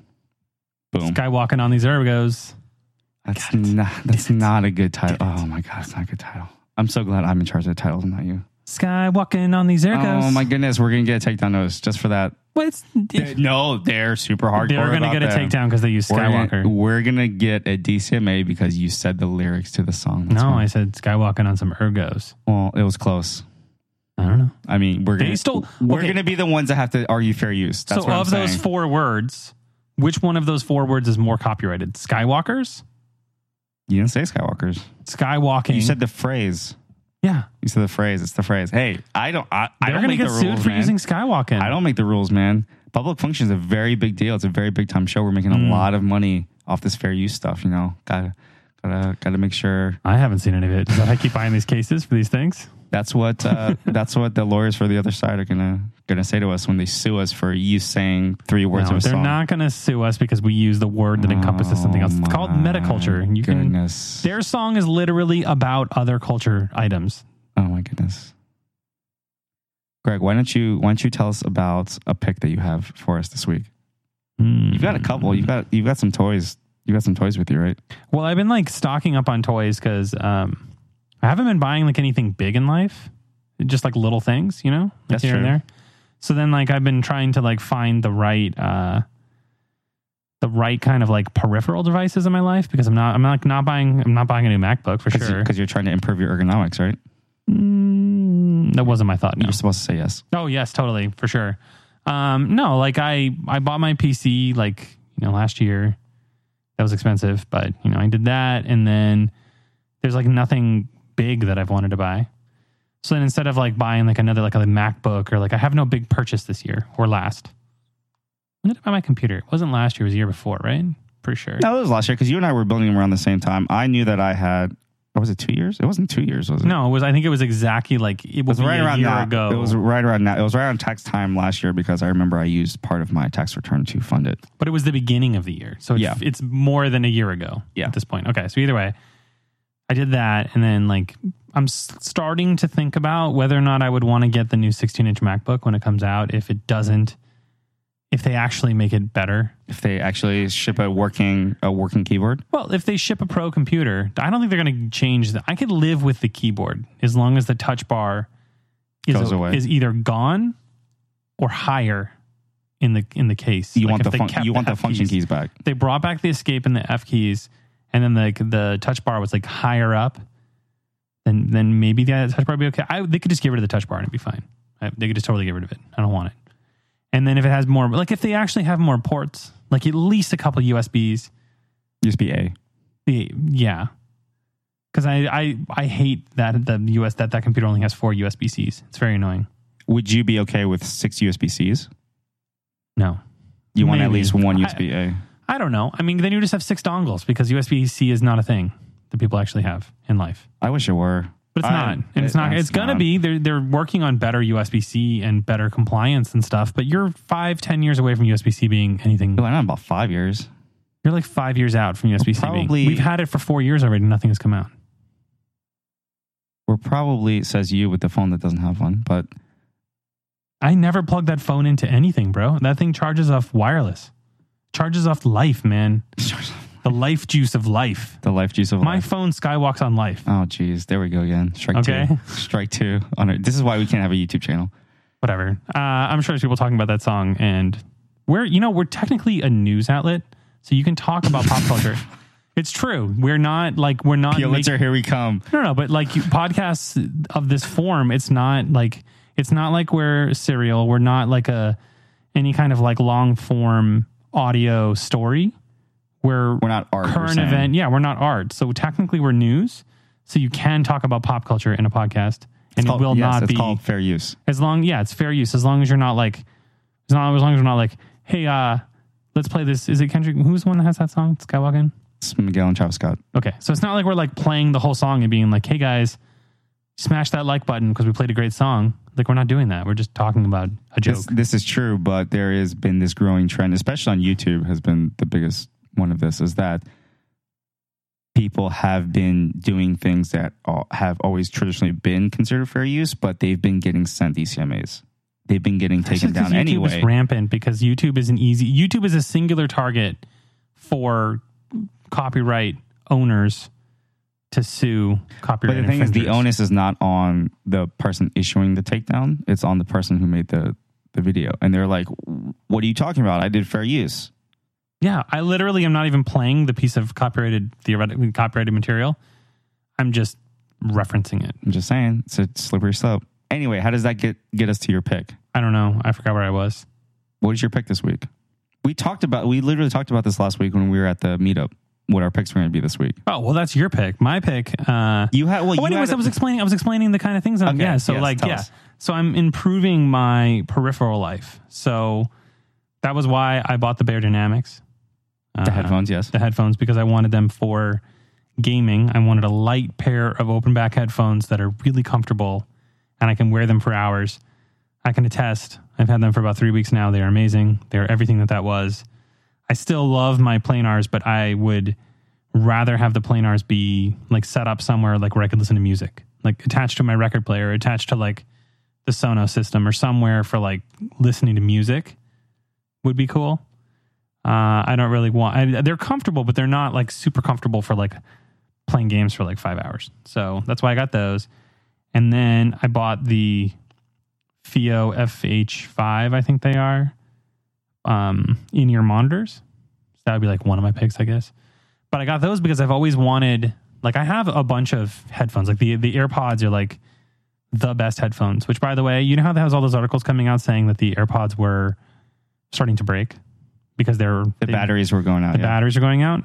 Speaker 1: Boom.
Speaker 2: Guy walking on these ergos.
Speaker 1: That's
Speaker 2: Got it.
Speaker 1: not that's
Speaker 2: Did it.
Speaker 1: not a good title.
Speaker 2: Did it.
Speaker 1: Oh my god, it's not a good title. I'm so glad I'm in charge of the titles and not you.
Speaker 2: Sky walking on these ergos.
Speaker 1: Oh my goodness, we're gonna get a takedown notice just for that.
Speaker 2: Well, it's,
Speaker 1: *laughs* no, they're super hardcore.
Speaker 2: they were going to
Speaker 1: about
Speaker 2: get a
Speaker 1: that.
Speaker 2: takedown because they used
Speaker 1: We're
Speaker 2: Skywalker.
Speaker 1: gonna, we're gonna get a DCMA because you said the lyrics to the song. That's
Speaker 2: no,
Speaker 1: why.
Speaker 2: I said Skywalking on some ergos.
Speaker 1: well, it was close.
Speaker 2: I don't know.
Speaker 1: I mean, we're
Speaker 2: They
Speaker 1: gonna
Speaker 2: stole-
Speaker 1: we're
Speaker 2: okay.
Speaker 1: gonna be the ones that have to argue fair use. That's
Speaker 2: so,
Speaker 1: what
Speaker 2: of
Speaker 1: I'm
Speaker 2: those
Speaker 1: saying.
Speaker 2: four words, which one of those four words is more copyrighted? Skywalkers,
Speaker 1: you didn't say Skywalker's.
Speaker 2: Skywalking.
Speaker 1: You said the phrase.
Speaker 2: yeah.
Speaker 1: You said the phrase. It's the phrase. Hey, I don't. I, I
Speaker 2: They're
Speaker 1: don't
Speaker 2: gonna
Speaker 1: make
Speaker 2: get
Speaker 1: the
Speaker 2: sued
Speaker 1: rules,
Speaker 2: for
Speaker 1: man.
Speaker 2: using Skywalking.
Speaker 1: I don't make the rules, man. Public function is a very big deal. It's a very big time show. We're making a
Speaker 2: Mm.
Speaker 1: lot of money off this fair use stuff. You know, gotta gotta gotta make sure
Speaker 2: I haven't seen any of it. Is that how I keep buying these cases for these things.
Speaker 1: that's what
Speaker 2: *laughs*
Speaker 1: uh, that's what the lawyers for the other side are gonna gonna say to us when they sue us for you saying three words
Speaker 2: No,
Speaker 1: of a
Speaker 2: they're
Speaker 1: song. Oh
Speaker 2: not going to sue us because we use the word that encompasses something else. It's called metaculture. and You can.
Speaker 1: goodness.
Speaker 2: Their song is literally about other culture items.
Speaker 1: Oh my goodness. Greg, why don't you why don't you tell us about a pick that you have for us this week? You've
Speaker 2: Hmm. Mm-hmm.
Speaker 1: got a couple. You've got you've got some toys. You got some toys with you, right?
Speaker 2: Well, I've been like stocking up on toys because um, I haven't been buying like anything big in life, just like little things, you know, like
Speaker 1: That's
Speaker 2: here and
Speaker 1: true.
Speaker 2: there. So then, like, I've been trying to like find the right, uh, the right kind of like peripheral devices in my life because I'm not, I'm like not buying, I'm not buying a new MacBook for
Speaker 1: Because
Speaker 2: sure.
Speaker 1: you're trying to improve your ergonomics, right?
Speaker 2: Mm, that wasn't my thought. No.
Speaker 1: You're supposed to say yes.
Speaker 2: Oh yes, totally for sure. Um, no, like I I bought my PC like you know last year. That was expensive, but you know I did that, and then there's like nothing big that I've wanted to buy. So then instead of like buying like another like a MacBook or like I have no big purchase this year or last. When did I buy my computer? It wasn't last year. It was the year before, right? Pretty sure.
Speaker 1: No, it was last year because you and I were building them around the same time. I knew that I had. What was it? Two years? It wasn't two years, was it?
Speaker 2: No, it was. I think it was exactly like it
Speaker 1: It
Speaker 2: was
Speaker 1: was right
Speaker 2: a
Speaker 1: around
Speaker 2: year
Speaker 1: that.
Speaker 2: ago.
Speaker 1: It was right around that. It was right around tax time last year because I remember I used part of my tax return to fund it.
Speaker 2: But it was the beginning of the year. So it's,
Speaker 1: Yeah.
Speaker 2: it's more than a year ago
Speaker 1: Yeah.
Speaker 2: at this point. Okay. So either way, I did that. And then, like, I'm s- starting to think about whether or not I would want to get the new 16 inch MacBook when it comes out. If it doesn't, if they actually make it better.
Speaker 1: If they actually ship a working a working keyboard,
Speaker 2: Well, if they ship a pro computer, I don't think they're going to change that. I could live with the keyboard as long as the touch bar is,
Speaker 1: Goes away.
Speaker 2: is either gone or higher in the in the case.
Speaker 1: you
Speaker 2: Like,
Speaker 1: want
Speaker 2: if
Speaker 1: the
Speaker 2: they
Speaker 1: fun-
Speaker 2: kept
Speaker 1: you want the
Speaker 2: F
Speaker 1: function keys back.
Speaker 2: they brought back the escape and the F keys, and then like the touch bar was like higher up. Then then maybe the touch bar would be okay. I, they could just get rid of the touch bar and it'd be fine. I, they could just totally get rid of it. I don't want it. And then if it has more, like if they actually have more ports, like at least a couple USBs,
Speaker 1: USB A.
Speaker 2: the- yeah. Because I, I I hate that the US that that computer only has four USB Cs. It's very annoying.
Speaker 1: Would you be okay with six USB Cs?
Speaker 2: No,
Speaker 1: You want at
Speaker 2: Maybe.
Speaker 1: least one
Speaker 2: I-
Speaker 1: USB A.
Speaker 2: I don't know. I mean, then you just have six dongles because USB C is not a thing that people actually have in life.
Speaker 1: I wish it were.
Speaker 2: But it's
Speaker 1: I-
Speaker 2: not. And it's not.
Speaker 1: it's
Speaker 2: It's, gonna
Speaker 1: not.
Speaker 2: be. They're they're working on better USB C and better compliance and stuff. But you're five, ten years away from USB C being anything.
Speaker 1: Well, I know about five years.
Speaker 2: You're like five years out from USB C.
Speaker 1: Probably-
Speaker 2: Being. We've had it for four years already. and Nothing has come out.
Speaker 1: We're probably says you with the phone that doesn't have one, but *laughs*
Speaker 2: I never plug that phone into anything, bro. That thing charges off wireless. Charges off life, man. The life juice of life.
Speaker 1: the life juice of
Speaker 2: My
Speaker 1: life.
Speaker 2: phone skywalks on life,
Speaker 1: Oh, geez. There we go again. Strike
Speaker 2: Okay.
Speaker 1: two. *laughs* Strike two. On it. This is why we can't have a YouTube channel.
Speaker 2: whatever. Uh, I'm sure there's people talking about that song, and we're you know we're technically a news outlet, so you can talk about pop
Speaker 1: *laughs*
Speaker 2: culture. It's true. We're not like we're not
Speaker 1: Pulitzer,
Speaker 2: making,
Speaker 1: here we come.
Speaker 2: no no, but like you, podcasts of this form, it's not like It's not like we're serial. We're not like a any kind of like long form audio story. We're,
Speaker 1: We're not art. we're
Speaker 2: current
Speaker 1: saying.
Speaker 2: event. Yeah, we're not art. So technically, we're news. So you can talk about pop culture in a podcast, and
Speaker 1: It's called-
Speaker 2: it will
Speaker 1: yes,
Speaker 2: not
Speaker 1: it's
Speaker 2: be
Speaker 1: called fair use.
Speaker 2: as long. Yeah, it's fair use as long as you're not like as long as long as we're not like, hey, uh, let's play this. Is it Kendrick? Who's the one that has that song? Skywalking.
Speaker 1: It's Miguel and Travis Scott.
Speaker 2: Okay, so it's not like we're like playing the whole song and being like, hey guys, smash that like button because we played a great song. Like we're not doing that. We're just talking about a joke.
Speaker 1: This, this is true, but there has been this growing trend, especially on YouTube, has been the biggest one of this is that people have been doing things that al- have always traditionally been considered fair use, but they've been getting sent DCMAs. They've been getting taken
Speaker 2: Just 'cause
Speaker 1: down
Speaker 2: YouTube
Speaker 1: anyway.
Speaker 2: Is rampant because YouTube is an easy. YouTube is a singular target for copyright owners to sue
Speaker 1: But
Speaker 2: copyright.
Speaker 1: the thing is, the
Speaker 2: infringers.
Speaker 1: onus is not on the person issuing the takedown; it's on the person who made the the video. And they're like, "What are you talking about? I did fair use."
Speaker 2: Yeah, I literally am not even playing the piece of copyrighted theoretically copyrighted material. I'm just referencing it.
Speaker 1: I'm just saying, it's a slippery slope. Anyway, how does that get get us to your pick?
Speaker 2: I don't know. I forgot where I was.
Speaker 1: What is your pick this week? We talked about we literally talked about this last week when we were at the meetup. What our picks were going to be this week?
Speaker 2: Oh well, that's your pick. My pick. Uh,
Speaker 1: You had well,
Speaker 2: oh,
Speaker 1: you
Speaker 2: anyways,
Speaker 1: had
Speaker 2: I was explaining. I was explaining the kind of things. I'm,
Speaker 1: Okay,
Speaker 2: Yeah. So
Speaker 1: yes,
Speaker 2: like,
Speaker 1: tell
Speaker 2: yeah.
Speaker 1: us.
Speaker 2: So I'm improving my peripheral life. So that was why I bought the Bear Dynamics. Uh, *laughs*
Speaker 1: the headphones. Yes,
Speaker 2: The headphones because I wanted them for gaming. I wanted a light pair of open back headphones that are really comfortable, and I can wear them for hours. I can attest. I've had them for about three weeks now. They are amazing. They are everything that that was. I still love my planars, but I would rather have the planars be like set up somewhere like where I could listen to music, like attached to my record player, attached to like the Sonos system or somewhere for like listening to music would be cool. Uh, I don't really want. I, they're comfortable, but they're not like super comfortable for like playing games for like five hours. So that's why I got those. And then I bought the Fio FH5, I think they are, um, in ear monitors. So that would be like one of my picks, I guess. But I got those because I've always wanted. Like I have a bunch of headphones. Like the the AirPods are like the best headphones. Which, by the way, you know how there was all those articles coming out saying that the AirPods were starting to break because they're
Speaker 1: the
Speaker 2: they-
Speaker 1: batteries were going out.
Speaker 2: the
Speaker 1: yeah.
Speaker 2: batteries are going out.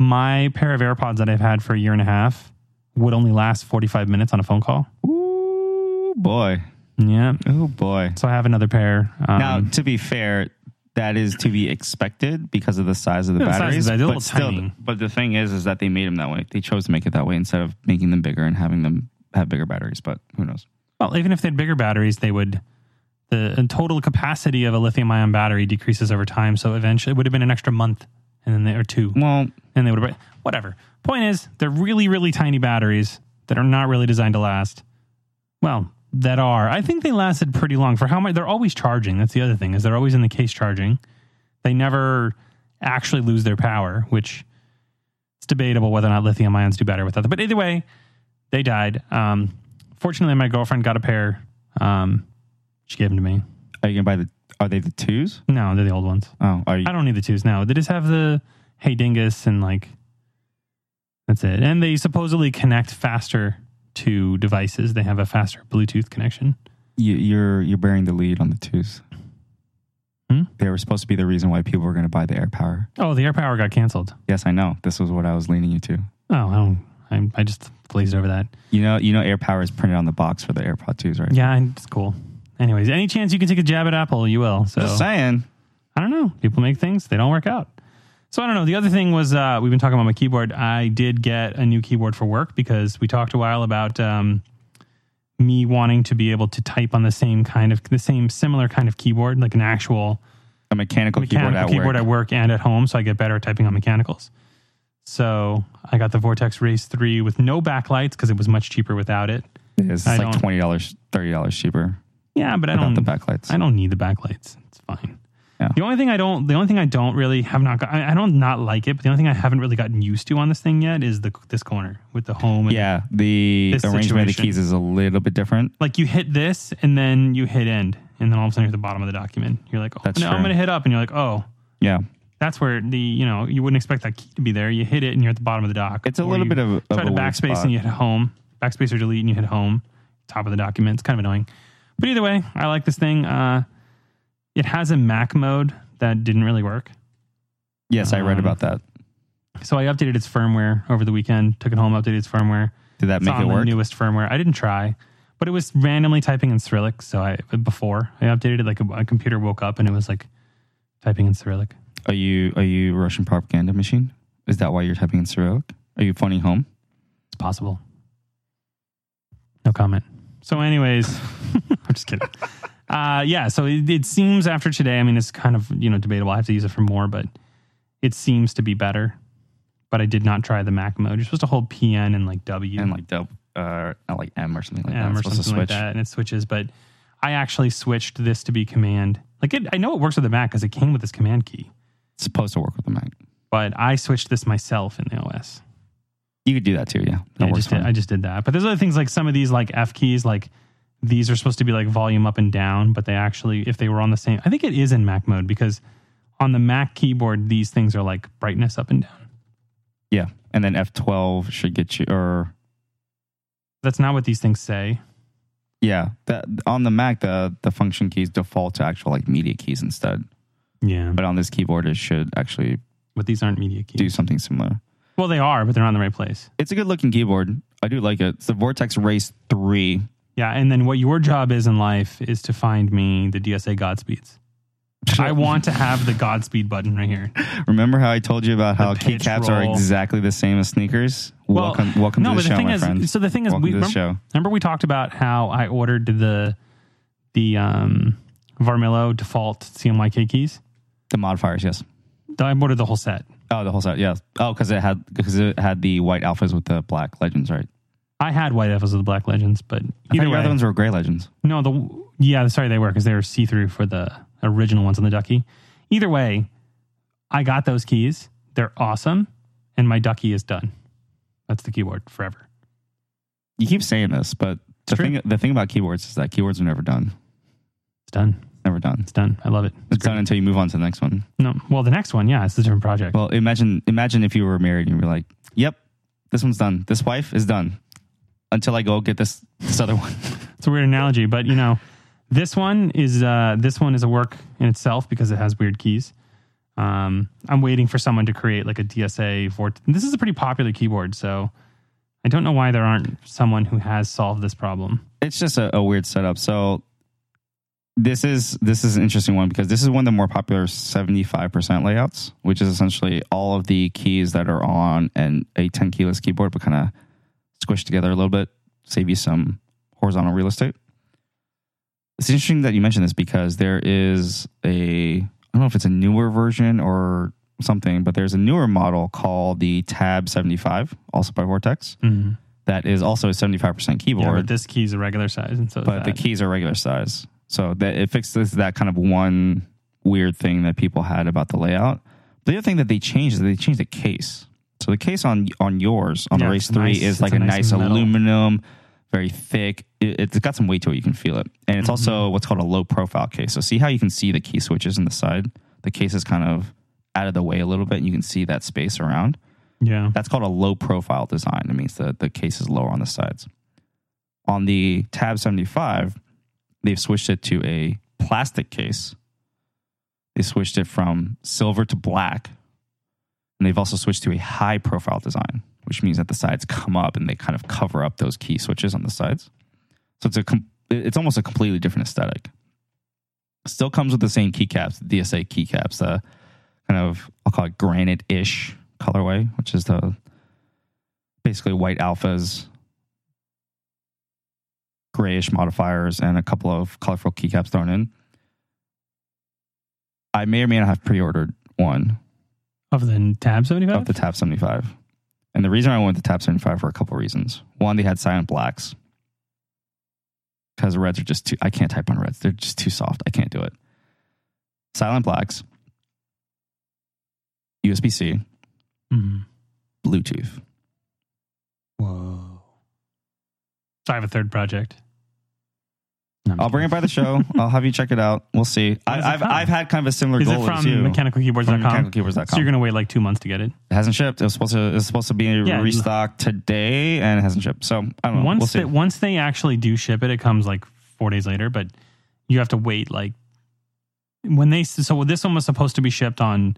Speaker 2: My pair of AirPods that I've had for a year and a half would only last 45 minutes on a phone call.
Speaker 1: Ooh boy,
Speaker 2: Yeah.
Speaker 1: oh boy.
Speaker 2: So I have another pair. Um,
Speaker 1: now, to be fair, that is to be expected because of the size of the
Speaker 2: Yeah, the size
Speaker 1: batteries.
Speaker 2: is- they're a little
Speaker 1: but still,
Speaker 2: tiny.
Speaker 1: but the thing is, is that they made them that way. They chose to make it that way instead of making them bigger and having them have bigger batteries. But who knows?
Speaker 2: well, even if they had bigger batteries, they would, the the total capacity of a lithium ion battery decreases over time. So eventually it would have been an extra month and then they, or two.
Speaker 1: Well,
Speaker 2: and they would have whatever. Point is, they're really, really tiny batteries that are not really designed to last. Well, that are. I think they lasted pretty long for how much they're always charging. That's the other thing is they're always in the case charging. They never actually lose their power, which it's debatable whether or not lithium ions do better without them. But either way, they died. Um, fortunately, my girlfriend got a pair. Um, she gave them to me.
Speaker 1: are you gonna buy the? Are they the twos?
Speaker 2: No, they're the old ones.
Speaker 1: Oh, are you?
Speaker 2: I don't need the twos now. They just have the hey dingus and like that's it. And they supposedly connect faster to devices. They have a faster Bluetooth connection.
Speaker 1: you, you're you're bearing the lead on the twos.
Speaker 2: Hmm?
Speaker 1: They were supposed to be the reason why people were going to buy the air power.
Speaker 2: Oh, the air power got canceled.
Speaker 1: Yes, I know. This was what I was leaning you to.
Speaker 2: Oh, I don't. I, I just glazed over that.
Speaker 1: You know, you know, air power is printed on the box for the AirPod twos, right?
Speaker 2: Yeah, and it's cool. Anyways, any chance you can take a jab at Apple, you will. So
Speaker 1: Just saying.
Speaker 2: I don't know. People make things, they don't work out. So I don't know. The other thing was uh, we've been talking about my keyboard. I did get a new keyboard for work because we talked a while about um, me wanting to be able to type on the same kind of the same similar kind of keyboard, like an actual
Speaker 1: A mechanical,
Speaker 2: mechanical
Speaker 1: keyboard at
Speaker 2: keyboard
Speaker 1: work.
Speaker 2: at work and at home, so I get better at typing on mechanicals. So I got the Vortex Race Three with no backlights because it was much cheaper without it.
Speaker 1: It's
Speaker 2: I
Speaker 1: like
Speaker 2: don't-
Speaker 1: twenty dollars, thirty dollars cheaper
Speaker 2: Yeah, but I
Speaker 1: without
Speaker 2: don't
Speaker 1: the backlights.
Speaker 2: I don't need the backlights. It's fine.
Speaker 1: Yeah.
Speaker 2: The only thing I don't, the only thing I don't really have not, got, I, I don't not like it, but the only thing I haven't really gotten used to on this thing yet is the this corner with the home. And
Speaker 1: Yeah, the
Speaker 2: This
Speaker 1: arrangement of the
Speaker 2: situation.
Speaker 1: keys is a little bit different.
Speaker 2: Like you hit this and then you hit end, and then all of a sudden you're at the bottom of the document. You're like, oh,
Speaker 1: That's
Speaker 2: no, I'm
Speaker 1: true.
Speaker 2: going to hit up, and you're like, oh,
Speaker 1: Yeah,
Speaker 2: that's where the you know you wouldn't expect that key to be there. You hit it and you're at the bottom of the doc.
Speaker 1: it's a
Speaker 2: Or
Speaker 1: little
Speaker 2: you
Speaker 1: bit of, of
Speaker 2: try
Speaker 1: a
Speaker 2: to
Speaker 1: weird
Speaker 2: backspace
Speaker 1: spot.
Speaker 2: and you hit home, backspace or delete, and you hit home, top of the document. It's kind of annoying. But either way, I like this thing. Uh, it has a Mac mode that didn't really work.
Speaker 1: Yes, I read
Speaker 2: Um,
Speaker 1: about that.
Speaker 2: So I updated its firmware over the weekend, took it home, updated its firmware.
Speaker 1: Did that
Speaker 2: It's
Speaker 1: make
Speaker 2: on
Speaker 1: it
Speaker 2: the
Speaker 1: work?
Speaker 2: newest firmware. I didn't try, but it was randomly typing in Cyrillic. So I before I updated it, like a, a computer woke up and it was like typing in Cyrillic.
Speaker 1: Are you are you a Russian propaganda machine? Is that why you're typing in Cyrillic? Are you phoning home?
Speaker 2: It's possible. No comment. So, anyways, *laughs* I'm just kidding. Uh, yeah. So it, it seems after today, I mean, it's kind of you know debatable. I have to use it for more, but it seems to be better. But I did not try the Mac mode. You're supposed to hold PN and like W
Speaker 1: And like dub, uh, not like M or something like that.
Speaker 2: M
Speaker 1: It's
Speaker 2: um, or
Speaker 1: supposed to
Speaker 2: something like
Speaker 1: switch.
Speaker 2: that, and it switches. But I actually switched this to be command. Like it, I know it works with the Mac because it came with this command key,
Speaker 1: It's supposed to work with the Mac.
Speaker 2: but I switched this myself in the OS.
Speaker 1: You could do that too, yeah. That
Speaker 2: Yeah, I
Speaker 1: works
Speaker 2: just did,
Speaker 1: fine.
Speaker 2: I just did that. But there's other things like some of these like F keys, like these are supposed to be like volume up and down, but they actually, if they were on the same, I think it is in Mac mode because on the Mac keyboard, these things are like brightness up and down.
Speaker 1: yeah. And then F12 should get you, or
Speaker 2: That's not what these things say.
Speaker 1: yeah. That, on the Mac, the, the function keys default to actual like media keys instead.
Speaker 2: Yeah, but
Speaker 1: But on this keyboard, it should actually
Speaker 2: but these aren't media keys.
Speaker 1: do something similar.
Speaker 2: Well, they are, but they're not in the right place.
Speaker 1: It's a good looking keyboard. I do like it. It's the Vortex Race 3.
Speaker 2: Yeah, and then what your job is in life is to find me the DSA Godspeeds.
Speaker 1: *laughs*
Speaker 2: I want to have the Godspeed button right here.
Speaker 1: Remember how I told you about how
Speaker 2: pitch
Speaker 1: keycaps are
Speaker 2: roll.
Speaker 1: exactly the same as sneakers?
Speaker 2: Well,
Speaker 1: welcome, welcome
Speaker 2: no,
Speaker 1: to
Speaker 2: but
Speaker 1: the
Speaker 2: the
Speaker 1: show,
Speaker 2: thing
Speaker 1: my
Speaker 2: is-
Speaker 1: friend.
Speaker 2: so the thing is,
Speaker 1: welcome
Speaker 2: we-
Speaker 1: to the
Speaker 2: remem-
Speaker 1: show.
Speaker 2: Remember we talked about how I ordered the the um Varmillo default CMYK keys?
Speaker 1: The modifiers, yes.
Speaker 2: I ordered the whole set.
Speaker 1: Oh, the whole set, yes. Oh, because it had because it had the white alphas with the black legends, right?
Speaker 2: I had white alphas of the Black Legends,
Speaker 1: I
Speaker 2: but
Speaker 1: thought
Speaker 2: either
Speaker 1: the
Speaker 2: way,
Speaker 1: other ones were gray legends.
Speaker 2: no, the yeah, sorry, they were because they were see through for the original ones on the Ducky. Either way, I got those keys. They're awesome, and my Ducky is done. That's the keyboard forever.
Speaker 1: You keep saying this, but the
Speaker 2: true.
Speaker 1: thing the thing about keyboards is that keyboards are never done.
Speaker 2: It's done.
Speaker 1: Never done.
Speaker 2: It's done. I love it.
Speaker 1: It's done until you move on to the next one.
Speaker 2: No, well, the next one, yeah, it's a different project.
Speaker 1: Well, imagine imagine if you were married and you were like, "Yep, this one's done. This wife is done." Until I go get this this other one.
Speaker 2: It's a weird analogy, but you know, this one is uh, this one is a work in itself because it has weird keys. Um, I'm waiting for someone to create like a DSA Vort. This is a pretty popular keyboard, so I don't know why there aren't someone who has solved this problem.
Speaker 1: it's just a, a weird setup. So this is this is an interesting one because this is one of the more popular 75% layouts, which is essentially all of the keys that are on an a 10 keyless keyboard but kind of squished together a little bit, save you some horizontal real estate. It's interesting that you mentioned this because there is a I don't know if it's a newer version or something, but there's a newer model called the Tab 75, also by Vortex,
Speaker 2: Mm-hmm.
Speaker 1: that is also a 75% keyboard
Speaker 2: Yeah, but this key's a regular size, and so
Speaker 1: but the
Speaker 2: that.
Speaker 1: keys are regular size. So that it fixes that kind of one weird thing that people had about the layout. The other thing that they changed is they changed the case. So the case on on yours on
Speaker 2: Yeah,
Speaker 1: the race
Speaker 2: it's
Speaker 1: three
Speaker 2: nice.
Speaker 1: is
Speaker 2: It's
Speaker 1: like
Speaker 2: a
Speaker 1: a,
Speaker 2: nice
Speaker 1: nice,
Speaker 2: metal.
Speaker 1: aluminum, very thick. It, it's got some weight to it. You can feel it, and it's
Speaker 2: Mm-hmm.
Speaker 1: also what's called a low profile case. So see how you can see the key switches in the side. The case is kind of out of the way a little bit, and you can see that space around.
Speaker 2: yeah,
Speaker 1: That's called a low profile design. It means the, the case is lower on the sides. On the Tab 75, they've switched it to a plastic case. They switched it from silver to black. And they've also switched to a high profile design, which means that the sides come up and they kind of cover up those key switches on the sides. So it's a com- it's almost a completely different aesthetic. Still comes with the same keycaps, DSA keycaps, uh, the kind of I'll call it granite ish colorway, which is the basically white alphas, grayish modifiers, and a couple of colorful keycaps thrown in. I may or may not have pre ordered one
Speaker 2: of the Tab seventy
Speaker 1: of
Speaker 2: five.
Speaker 1: the Tab 75. And the reason I went with the Tab 75 for a couple reasons. One, they had silent blacks because reds are just too, I can't type on reds. They're just too soft. I can't do it. Silent blacks, USB C,
Speaker 2: mm-hmm.
Speaker 1: Bluetooth.
Speaker 2: Whoa! So I have a third project. No, I'm
Speaker 1: I'll bring it by the
Speaker 2: *laughs*
Speaker 1: show. I'll have you check it out. We'll see.
Speaker 2: Where
Speaker 1: I,
Speaker 2: does it
Speaker 1: I've,
Speaker 2: come?
Speaker 1: I've had kind of a similar
Speaker 2: Is it
Speaker 1: goal as you.
Speaker 2: from mechanicalkeyboards.com?
Speaker 1: from mechanicalkeyboards.com.
Speaker 2: So you're gonna wait like two months to get it.
Speaker 1: it hasn't shipped. It was supposed to. It's supposed to be
Speaker 2: Yeah.
Speaker 1: restocked today, and it hasn't shipped. So I don't know.
Speaker 2: once
Speaker 1: we'll see.
Speaker 2: they, once they actually do ship it, it comes like four days later, but you have to wait like when they so this one was supposed to be shipped on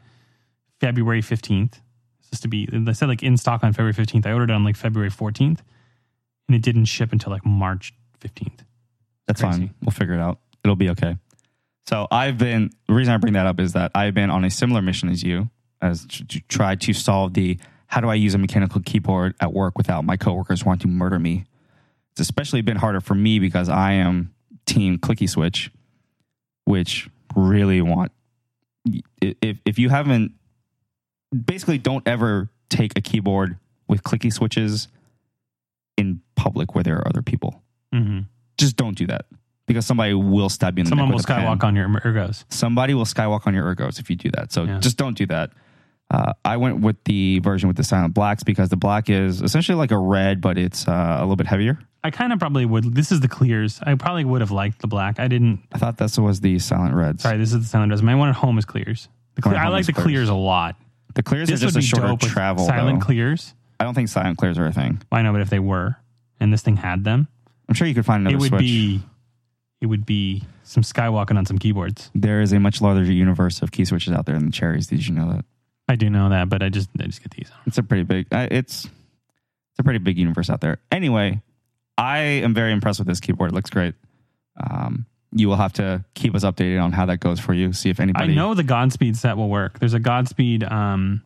Speaker 2: February fifteenth. Supposed to be they said like in stock on February fifteenth. I ordered it on like February fourteenth, and it didn't ship until like March fifteenth.
Speaker 1: That's
Speaker 2: Crazy.
Speaker 1: fine. We'll figure it out. It'll be okay. So I've been. The reason I bring that up is that I've been on a similar mission as you, as to, to try to solve the how do I use a mechanical keyboard at work without my coworkers wanting to murder me. It's especially been harder for me because I am team clicky switch, which really want. If if you haven't, basically, don't ever take a keyboard with clicky switches in public where there are other people
Speaker 2: Mm-hmm.
Speaker 1: just don't do that because somebody will stab you in the
Speaker 2: Someone
Speaker 1: neck
Speaker 2: will
Speaker 1: with a pen.
Speaker 2: skywalk on your ergos.
Speaker 1: Somebody will skywalk on your ergos if you do that. So
Speaker 2: Yeah.
Speaker 1: just don't do that. Uh, I went with the version with the silent blacks because the black is essentially like a red, but it's uh, a little bit heavier.
Speaker 2: I kind of probably would. This is the clears. I probably would have liked the black. I didn't.
Speaker 1: I thought this was the silent reds.
Speaker 2: Sorry, this is the sound resume. My one at home is clears. The
Speaker 1: One
Speaker 2: clear,
Speaker 1: at
Speaker 2: I
Speaker 1: home
Speaker 2: like
Speaker 1: is
Speaker 2: the
Speaker 1: clears.
Speaker 2: clears a lot.
Speaker 1: The clears are
Speaker 2: This
Speaker 1: just a
Speaker 2: would be
Speaker 1: shorter
Speaker 2: dope with
Speaker 1: travel.
Speaker 2: silent
Speaker 1: though.
Speaker 2: clears.
Speaker 1: I don't think silent clears are a thing.
Speaker 2: I know, but if they were, and this thing had them,
Speaker 1: I'm sure you could find another
Speaker 2: it would
Speaker 1: switch.
Speaker 2: be, it would be some skywalking on some keyboards.
Speaker 1: there is a much larger universe of key switches out there than the cherries. Did you know that?
Speaker 2: I do know that, but I just, I just get these.
Speaker 1: It's a pretty big. Uh, it's it's a pretty big universe out there. Anyway, I am very impressed with this keyboard. It looks great. Um, you will have to keep us updated on how that goes for you. See if
Speaker 2: I
Speaker 1: anybody.
Speaker 2: know the Godspeed set will work. There's a Godspeed. Um,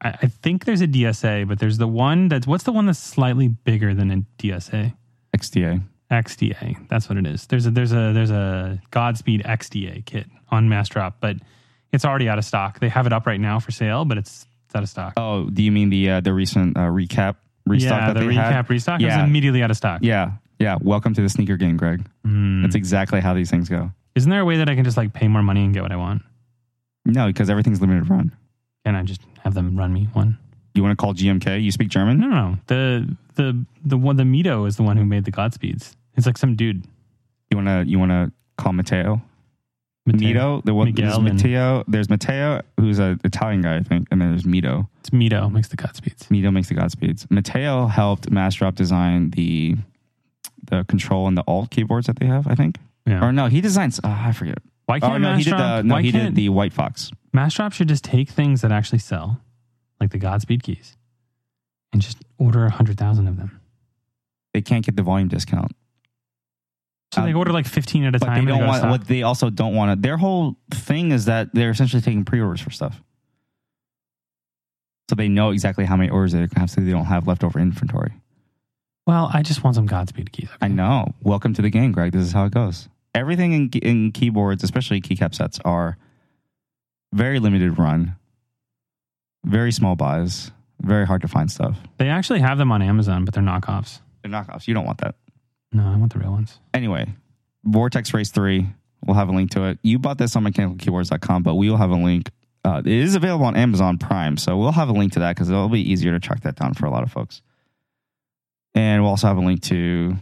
Speaker 2: I, I think there's a DSA, but there's the one that's what's the one that's slightly bigger than a DSA.
Speaker 1: XDA.
Speaker 2: XDA. That's what it is. There's a there's a there's a Godspeed XDA kit on Mass Drop, but it's already out of stock. They have it up right now for sale, but it's, it's out of stock.
Speaker 1: Oh, do you mean the uh, the recent uh, recap restock
Speaker 2: yeah,
Speaker 1: that
Speaker 2: the
Speaker 1: they
Speaker 2: recap
Speaker 1: had?
Speaker 2: restock it was
Speaker 1: Yeah.
Speaker 2: immediately out of stock.
Speaker 1: Yeah, yeah. Welcome to the sneaker game, Greg.
Speaker 2: Mm.
Speaker 1: That's exactly how these things go.
Speaker 2: Isn't there a way that I can just like pay more money and get what I want?
Speaker 1: No, because everything's limited run.
Speaker 2: Can I just have them run me one?
Speaker 1: You want to call GMK? You speak German?
Speaker 2: No, no, no. The the the one the Mito is the one who made the Godspeeds. It's like some dude.
Speaker 1: You want to you want to call Matteo?
Speaker 2: Mateo.
Speaker 1: Mito. The one
Speaker 2: Miguel
Speaker 1: there's
Speaker 2: and-
Speaker 1: Matteo. There's Matteo, who's an Italian guy, I think, and then there's Mito.
Speaker 2: It's Mito makes the Godspeeds.
Speaker 1: Mito makes the Godspeeds. Mateo helped Mastrop design the the control and the alt keyboards that they have. I think,
Speaker 2: Yeah.
Speaker 1: or no, he designs. Uh, I forget.
Speaker 2: Why can't
Speaker 1: Oh no,
Speaker 2: Mass
Speaker 1: he did the
Speaker 2: Drop-
Speaker 1: no,
Speaker 2: why
Speaker 1: he
Speaker 2: can't-
Speaker 1: did the White Fox.
Speaker 2: Mastrop should just take things that actually sell, like the Godspeed keys, and just order a hundred thousand of them.
Speaker 1: They can't get the volume discount,
Speaker 2: So they
Speaker 1: Um,
Speaker 2: order like fifteen at a
Speaker 1: but
Speaker 2: time.
Speaker 1: they
Speaker 2: and
Speaker 1: don't
Speaker 2: go
Speaker 1: want.
Speaker 2: stock.
Speaker 1: What they also don't want to. Their whole thing is that they're essentially taking pre-orders for stuff, so they know exactly how many orders they have, so they don't have leftover inventory.
Speaker 2: well, I just want some Godspeed keys. okay?
Speaker 1: I know. Welcome to the game, Greg. This is how it goes. Everything in in keyboards, especially keycap sets, are very limited run, very small buys, very hard to find stuff.
Speaker 2: They actually have them on Amazon, but they're knockoffs.
Speaker 1: They're knockoffs. You don't want that.
Speaker 2: No, I want the real ones.
Speaker 1: Anyway, Vortex Race 3, we'll have a link to it. You bought this on mechanicalkeyboards.com, but we will have a link. Uh, it is available on Amazon Prime, so we'll have a link to that because it'll be easier to track that down for a lot of folks. And we'll also have a link to.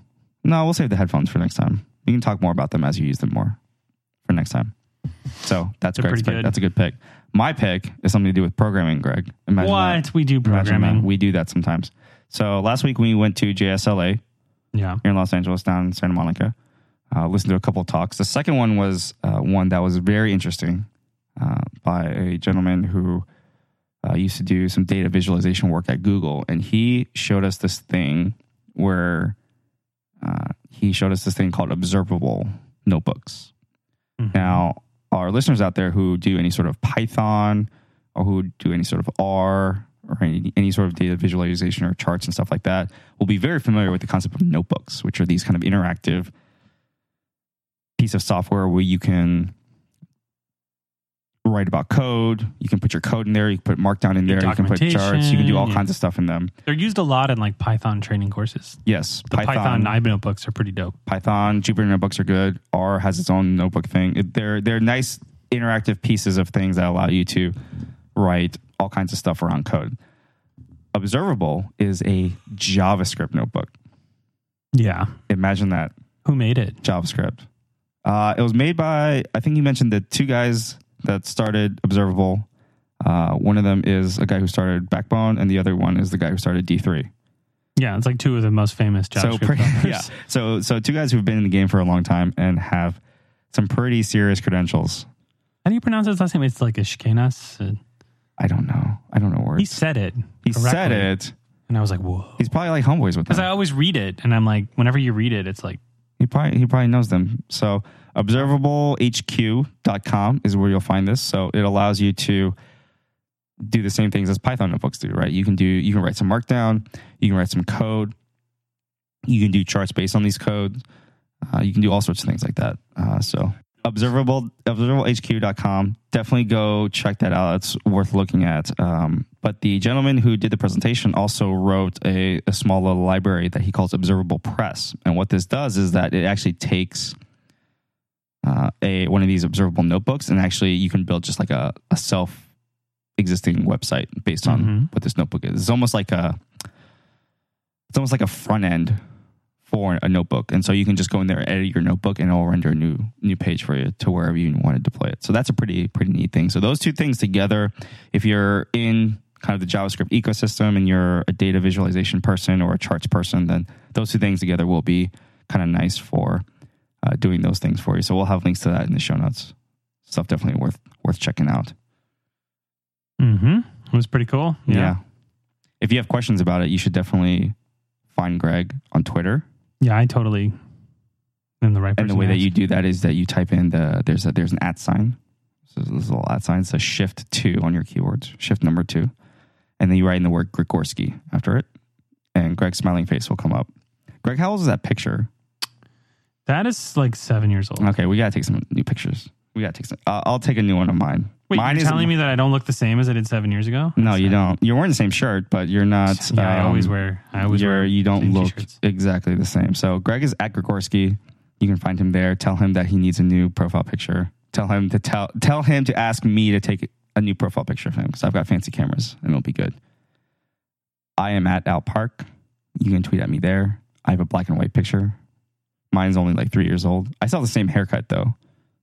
Speaker 1: No, we'll save the headphones for next time. You can talk more about them as you use them more for next time. So that's
Speaker 2: They're
Speaker 1: Greg's
Speaker 2: pretty
Speaker 1: pick.
Speaker 2: good.
Speaker 1: That's a good pick. My pick is something to do with programming, Greg. Imagine that.
Speaker 2: what we do
Speaker 1: Imagine that.
Speaker 2: programming?
Speaker 1: We do that sometimes. So last week we went to JSLA,
Speaker 2: yeah,
Speaker 1: here in Los Angeles, down in Santa Monica. Uh, listened to a couple of talks. The second one was uh, one that was very interesting uh, by a gentleman who uh, used to do some data visualization work at Google, and he showed us this thing where uh, he showed us this thing called observable notebooks. Mm-hmm.
Speaker 2: Mhm.
Speaker 1: Now, our listeners out there who do any sort of Python or who do any sort of R or any, any sort of data visualization or charts and stuff like that will be very familiar with the concept of notebooks, which are these kind of interactive piece of software where you can write about code, you can put your code in there, you can put markdown in
Speaker 2: Your
Speaker 1: there, you can put charts, you can do all
Speaker 2: documentation, yeah.
Speaker 1: kinds of stuff in them.
Speaker 2: they're used a lot in like Python training courses.
Speaker 1: Yes,
Speaker 2: The Python, Python notebooks are pretty dope.
Speaker 1: Python, Jupyter notebooks are good. R has its own notebook thing. It- They're they're nice interactive pieces of things that allow you to write all kinds of stuff around code. Observable is a JavaScript notebook.
Speaker 2: Yeah,
Speaker 1: Imagine that
Speaker 2: who made it?
Speaker 1: JavaScript. Uh, it was made by I think you mentioned the two guys that started Observable. Uh, one of them is a guy who started Backbone, and the other one is the guy who started D three.
Speaker 2: Yeah, it's like two of the most famous JavaScript
Speaker 1: so pretty, *laughs*
Speaker 2: developers.
Speaker 1: yeah. So so two guys who've been in the game for a long time and have some pretty serious credentials.
Speaker 2: How do you pronounce his last name? It's like Ishkenas.
Speaker 1: I don't know. I don't know
Speaker 2: He
Speaker 1: words.
Speaker 2: said it.
Speaker 1: He said
Speaker 2: correctly,
Speaker 1: it.
Speaker 2: and I was like, "Whoa!"
Speaker 1: He's probably like homeboys with
Speaker 2: Because I
Speaker 1: them.
Speaker 2: always read it, and I'm like, whenever you read it, it's like,
Speaker 1: He probably he probably knows them. So observablehq.com is where you'll find this. So it allows you to do the same things as Python notebooks do, right? You can do you can write some markdown, you can write some code, you can do charts based on these codes, uh, you can do all sorts of things like that. Uh, so observable observablehq.com definitely go check that out it's worth looking at um, but the gentleman who did the presentation also wrote a, a small little library that he calls observable press and what this does is that it actually takes uh, a one of these observable notebooks and actually you can build just like a, a self existing website based on
Speaker 2: Mhm.
Speaker 1: what this notebook is it's almost like a it's almost like a front end for a notebook, and so you can just go in there, edit your notebook, and it'll render a new new page for you to wherever you want to deploy it. So that's a pretty pretty neat thing. So those two things together, if you're in kind of the JavaScript ecosystem and you're a data visualization person or a charts person, then those two things together will be kind of nice for uh, doing those things for you. So we'll have links to that in the show notes. Stuff definitely worth worth checking out.
Speaker 2: mm-hmm. It was pretty cool.
Speaker 1: Yeah. If you have questions about it, you should definitely find Greg on Twitter.
Speaker 2: Yeah, I totally am the right
Speaker 1: And
Speaker 2: person.
Speaker 1: the way
Speaker 2: to
Speaker 1: that
Speaker 2: ask.
Speaker 1: you do that is that you type in the there's a there's an at sign. So there's this little at sign it says shift two on your keywords, shift number two. And then you write in the word Grigorski after it. And Greg's smiling face will come up. Greg, how old is that picture?
Speaker 2: that is like seven years old.
Speaker 1: Okay, we gotta take some new pictures. We gotta take some. Uh, I'll take a new one of mine.
Speaker 2: Wait,
Speaker 1: mine
Speaker 2: you're telling me that I don't look the same as I did seven years ago?
Speaker 1: No, you don't. You're wearing the same shirt, but you're not.
Speaker 2: Yeah, I
Speaker 1: um,
Speaker 2: always wear. I always
Speaker 1: you're-
Speaker 2: wear.
Speaker 1: you don't
Speaker 2: same
Speaker 1: look
Speaker 2: t-shirts.
Speaker 1: exactly the same. So Greg is at Grigorski. You can find him there. Tell him that he needs a new profile picture. Tell him to tell tell him to ask me to take a new profile picture of him because I've got fancy cameras and it'll be good. I am at Al Park. You can tweet at me there. I have a black and white picture. Mine's only like three years old. I still have the same haircut though,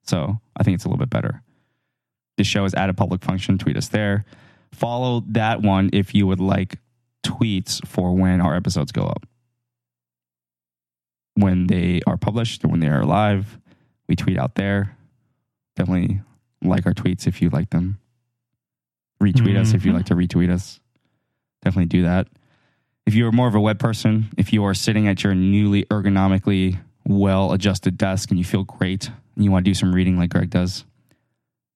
Speaker 1: so I think it's a little bit better. The show is at a public function. Tweet us there. Follow that one if you would like tweets for when our episodes go up. When they are published or when they are live, we tweet out there. Definitely like our tweets if you like them. Retweet us if you
Speaker 2: Mhm.
Speaker 1: like to retweet us. Definitely do that. If you are more of a web person, if you are sitting at your newly ergonomically well adjusted desk and you feel great and you want to do some reading like Greg does,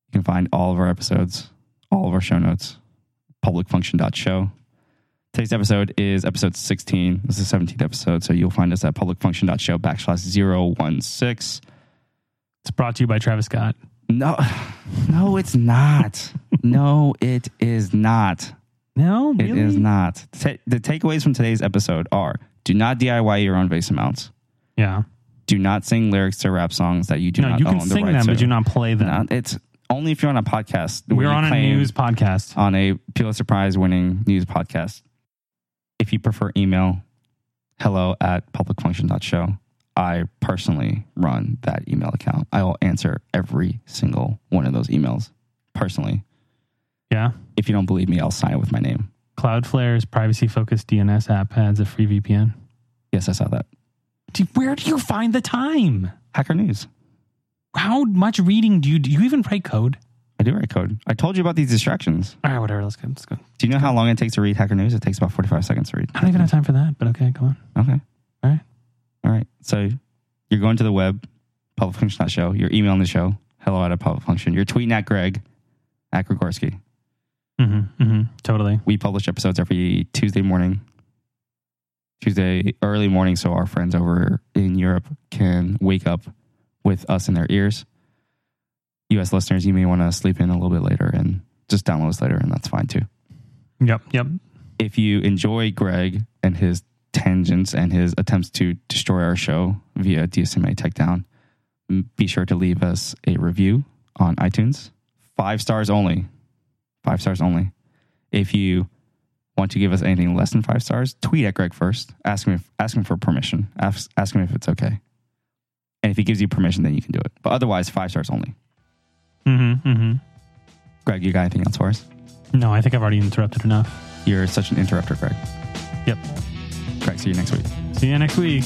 Speaker 1: you can find all of our episodes, all of our show notes, publicfunction.show. Today's episode is episode 16. This is the 17th episode. So you'll find us at publicfunction.show backslash 016.
Speaker 2: It's brought to you by Travis Scott.
Speaker 1: No, *sighs* no, it's not.
Speaker 2: *laughs*
Speaker 1: no, it is not.
Speaker 2: No,
Speaker 1: It
Speaker 2: really?
Speaker 1: is not. Ta- the takeaways from today's episode are do not DIY your own bass amounts.
Speaker 2: Yeah.
Speaker 1: Do not sing lyrics to rap songs that you do
Speaker 2: no,
Speaker 1: not
Speaker 2: you
Speaker 1: own
Speaker 2: can
Speaker 1: the
Speaker 2: sing
Speaker 1: right
Speaker 2: them,
Speaker 1: to.
Speaker 2: but do not play them.
Speaker 1: No, it's only if you're on a podcast. where
Speaker 2: We're
Speaker 1: you
Speaker 2: on a
Speaker 1: claim-
Speaker 2: news podcast.
Speaker 1: on a Pulitzer Prize winning news podcast. If you prefer email, hello at publicfunction.show. I personally run that email account. I will answer every single one of those emails personally.
Speaker 2: Yeah.
Speaker 1: If you don't believe me, I'll sign it with my name.
Speaker 2: Cloudflare's privacy focused DNS app adds a free VPN.
Speaker 1: Yes, I saw that.
Speaker 2: Dude, where do you find the time?
Speaker 1: Hacker News.
Speaker 2: How much reading do you do? You even write code?
Speaker 1: I do write code. I told you about these distractions.
Speaker 2: All right, whatever. Let's go. Let's go.
Speaker 1: Do you know how long it takes to read Hacker News? It takes about 45 seconds to read.
Speaker 2: I don't even have time for that, but okay, come on.
Speaker 1: Okay.
Speaker 2: All right.
Speaker 1: All right. So you're going to the web, publicfunction.show. You're emailing the show, hello at a public function. You're tweeting at Greg, at Gregorski.
Speaker 2: Mm-hmm. Mm-hmm. Totally.
Speaker 1: We publish episodes every Tuesday morning, Tuesday early morning, so our friends over in Europe can wake up with us in their ears. US listeners, you may want to sleep in a little bit later and just download us later, and that's fine too.
Speaker 2: Yep. Yep.
Speaker 1: if you enjoy Greg and his tangents and his attempts to destroy our show via DSMA takedown, m- be sure to leave us a review on iTunes. Five stars only. Five stars only. If you want to give us anything less than five stars, tweet at Greg first. Ask him if, ask him for permission. Ask, ask him if it's okay. And if he gives you permission, then you can do it. But otherwise, five stars only.
Speaker 2: Mm-hmm. Mm-hmm.
Speaker 1: Greg, you got anything else for us?
Speaker 2: No, I think I've already interrupted enough.
Speaker 1: You're such an interrupter, Greg.
Speaker 2: Yep.
Speaker 1: Greg. see you next week.
Speaker 2: See you next week.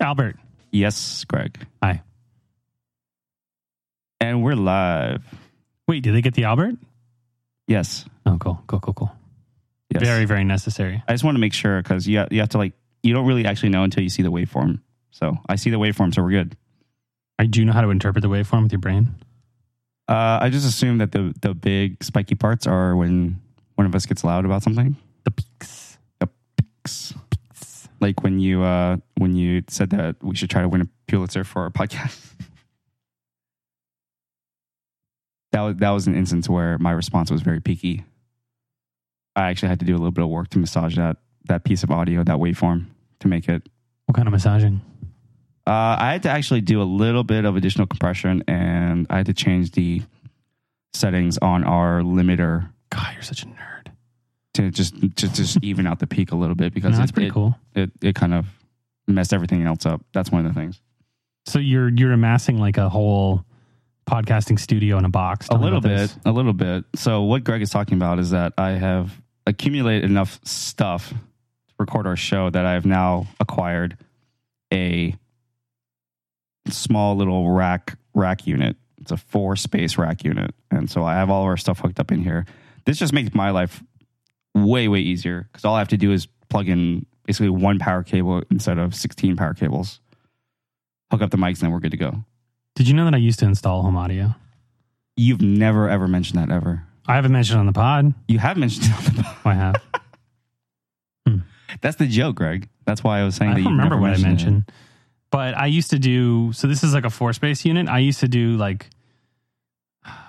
Speaker 2: Albert.
Speaker 1: Yes, Greg.
Speaker 2: Hi.
Speaker 1: And we're live.
Speaker 2: Wait, did they get the Albert?
Speaker 1: Yes.
Speaker 2: Oh, cool, cool, cool, cool.
Speaker 1: yes.
Speaker 2: Very, very necessary.
Speaker 1: I just want to make sure because you, you have to like, you don't really actually know until you see the waveform. So I see the waveform, so we're good.
Speaker 2: I do know how to interpret the waveform with your brain.
Speaker 1: Uh, I just assume that the, the big spiky parts are when one of us gets loud about something.
Speaker 2: The peaks.
Speaker 1: Like when you uh, when you said that we should try to win a Pulitzer for our podcast. *laughs* that was that was an instance where my response was very peaky. I actually had to do a little bit of work to massage that that piece of audio, that waveform, to make it
Speaker 2: What kind of massaging?
Speaker 1: Uh, I had to actually do a little bit of additional compression, and I had to change the settings on our limiter
Speaker 2: God, you're such a nerd.
Speaker 1: to just to just even out the peak a little bit
Speaker 2: No,
Speaker 1: because
Speaker 2: that's
Speaker 1: it,
Speaker 2: pretty
Speaker 1: it,
Speaker 2: cool.
Speaker 1: it it kind of messed everything else up. That's one of the things.
Speaker 2: So you're you're amassing like a whole podcasting studio in a box. Tell
Speaker 1: a
Speaker 2: me
Speaker 1: little
Speaker 2: about
Speaker 1: bit,
Speaker 2: this.
Speaker 1: a little bit. So what Greg is talking about is that I have accumulated enough stuff to record our show that I have now acquired a small little rack rack unit. It's a four space rack unit, and so I have all of our stuff hooked up in here. This just makes my life way way easier because all I have to do is plug in basically one power cable instead of sixteen power cables. Hook up the mics, and then we're good to go.
Speaker 2: Did you know that I used to install home audio?
Speaker 1: You've never ever mentioned that ever.
Speaker 2: I haven't mentioned it on the pod.
Speaker 1: You have mentioned *laughs* it on the
Speaker 2: Oh, I have.
Speaker 1: That's the joke, Greg. That's why I was saying
Speaker 2: I
Speaker 1: that you
Speaker 2: don't remember
Speaker 1: never
Speaker 2: what I
Speaker 1: mentioned it.
Speaker 2: mentioned. But I used to do so this is like a four space unit. I used to do like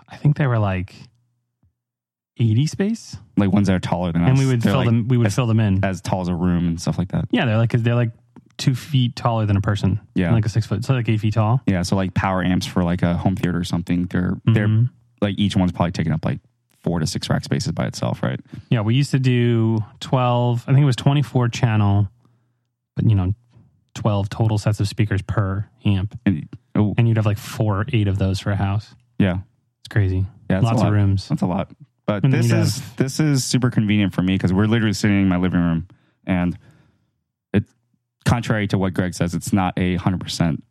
Speaker 2: I think they were like 80 space
Speaker 1: Like ones that are taller than us.
Speaker 2: and we would
Speaker 1: They're
Speaker 2: fill
Speaker 1: like
Speaker 2: them we would
Speaker 1: as-
Speaker 2: fill them in.
Speaker 1: as tall as a room and stuff like that.
Speaker 2: Yeah, they're like cause they're like 2 feet taller than a person.
Speaker 1: Yeah.
Speaker 2: Like a 6 foot. So like 8 feet tall.
Speaker 1: yeah. So like power amps for like a home theater or something. They're they're
Speaker 2: Mhm.
Speaker 1: like each one's probably taking up like four to six rack spaces by itself, right?
Speaker 2: Yeah, we used to do 12, I think it was 24 channel, but you know, 12 total sets of speakers per amp.
Speaker 1: And oh
Speaker 2: And you'd have like four or eight of those for a house.
Speaker 1: yeah.
Speaker 2: It's crazy.
Speaker 1: Yeah, that's
Speaker 2: Lots
Speaker 1: a lot.
Speaker 2: of rooms.
Speaker 1: That's a lot. But
Speaker 2: And then
Speaker 1: this
Speaker 2: you'd
Speaker 1: is this is super convenient for me because we're literally sitting in my living room and it contrary to what Greg says, it's not a hundred percent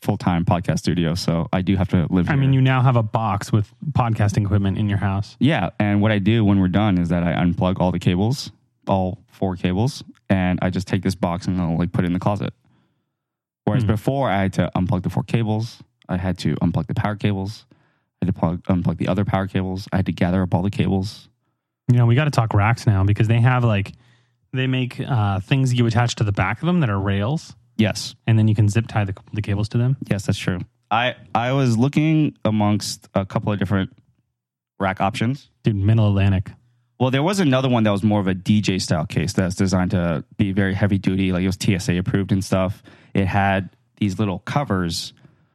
Speaker 1: full time podcast studio. So I do have to live
Speaker 2: I
Speaker 1: here.
Speaker 2: mean, you now have a box with podcasting equipment in your house.
Speaker 1: Yeah, and what I do when we're done is that I unplug all the cables, all four cables, and I just take this box and I'll like put it in the closet. Whereas
Speaker 2: Hmm.
Speaker 1: before, I had to unplug the four cables, I had to unplug the power cables, I had to plug, unplug the other power cables, I had to gather up all the cables.
Speaker 2: You know, we got to talk racks now because they have like, they make uh, things you attach to the back of them that are rails,
Speaker 1: Yes,
Speaker 2: and then you can zip tie the, the cables to them.
Speaker 1: yes, that's true. I I was looking amongst a couple of different rack options.
Speaker 2: Dude, middle Atlantic.
Speaker 1: Well, there was another one that was more of a DJ style case that's designed to be very heavy duty, like it was TSA approved and stuff. It had these little covers,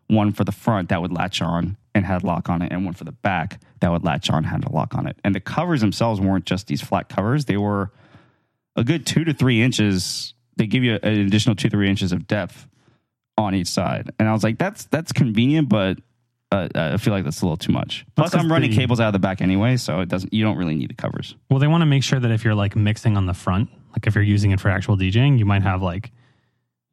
Speaker 1: one for the front that would latch on and had lock on it, and one for the back that would latch on had a lock on it. And the covers themselves weren't just these flat covers; they were a good two to three inches. They give you an additional two three inches of depth on each side, and I was like, "That's that's convenient, but." Uh, I feel like that's a little too much.
Speaker 2: That's
Speaker 1: Plus, I'm running
Speaker 2: the-
Speaker 1: cables out of the back anyway, so it doesn't. You don't really need the covers.
Speaker 2: Well, they want to make sure that if you're like mixing on the front, like if you're using it for actual DJing, you might have like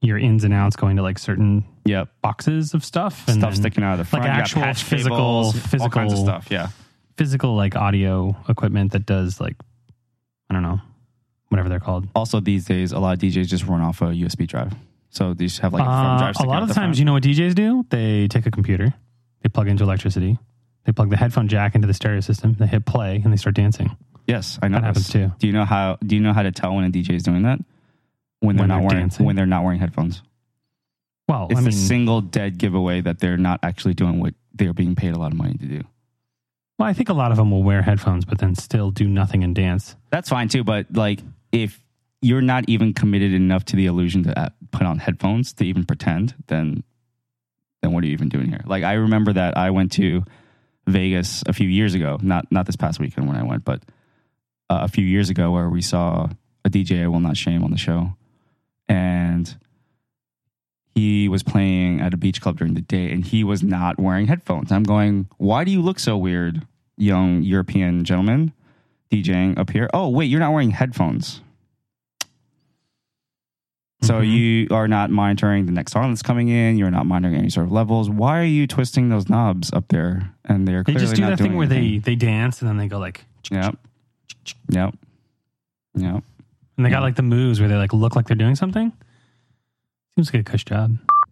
Speaker 2: your ins and outs going to like certain
Speaker 1: Yep.
Speaker 2: boxes of stuff and
Speaker 1: Stuff
Speaker 2: then
Speaker 1: sticking out of the front.
Speaker 2: Like
Speaker 1: You got
Speaker 2: actual
Speaker 1: patch
Speaker 2: physical-
Speaker 1: cables, all
Speaker 2: physical-
Speaker 1: kinds of stuff. Yeah.
Speaker 2: physical like audio equipment that does like I don't know whatever they're called.
Speaker 1: Also, these days, a lot of DJs just run off a USB drive, so they just have like a thumb
Speaker 2: Uh,
Speaker 1: drive.
Speaker 2: a
Speaker 1: sticking
Speaker 2: lot
Speaker 1: out
Speaker 2: of
Speaker 1: the
Speaker 2: the times, you know what DJs do? They take a computer, they plug into electricity, they plug the headphone jack into the stereo system, they hit play, and they start dancing.
Speaker 1: front. yes, I know
Speaker 2: That happens too.
Speaker 1: Do you know how? Do you know how to tell when a DJ is doing that? when they're
Speaker 2: When
Speaker 1: not
Speaker 2: they're
Speaker 1: wearing
Speaker 2: dancing.
Speaker 1: when they're not wearing headphones.
Speaker 2: Well,
Speaker 1: It's
Speaker 2: I
Speaker 1: the
Speaker 2: mean,
Speaker 1: single dead giveaway that they're not actually doing what they're being paid a lot of money to do.
Speaker 2: well, I think a lot of them will wear headphones, but then still do nothing and dance.
Speaker 1: That's fine too, but like if you're not even committed enough to the illusion to uh, put on headphones to even pretend, then then what are you even doing here? Like I remember that I went to Vegas a few years ago, not not this past weekend when I went, but uh, a few years ago where we saw a DJ I will not shame on the show, and he was playing at a beach club during the day, and he was not wearing headphones. I'm going, why do you look so weird, young European gentleman? DJing up here. Oh, wait, you're not wearing headphones. So
Speaker 2: Mhm.
Speaker 1: you are not monitoring the next song that's coming in. You're not monitoring any sort of levels. Why are you twisting those knobs up there? And they're
Speaker 2: They
Speaker 1: clearly
Speaker 2: just do
Speaker 1: not
Speaker 2: that thing
Speaker 1: doing
Speaker 2: where they,
Speaker 1: anything.
Speaker 2: they dance and then they go like,
Speaker 1: Yep. Yep. Yep.
Speaker 2: and they
Speaker 1: Yeah.
Speaker 2: got like the moves where they like look like they're doing something. Seems like a cush job.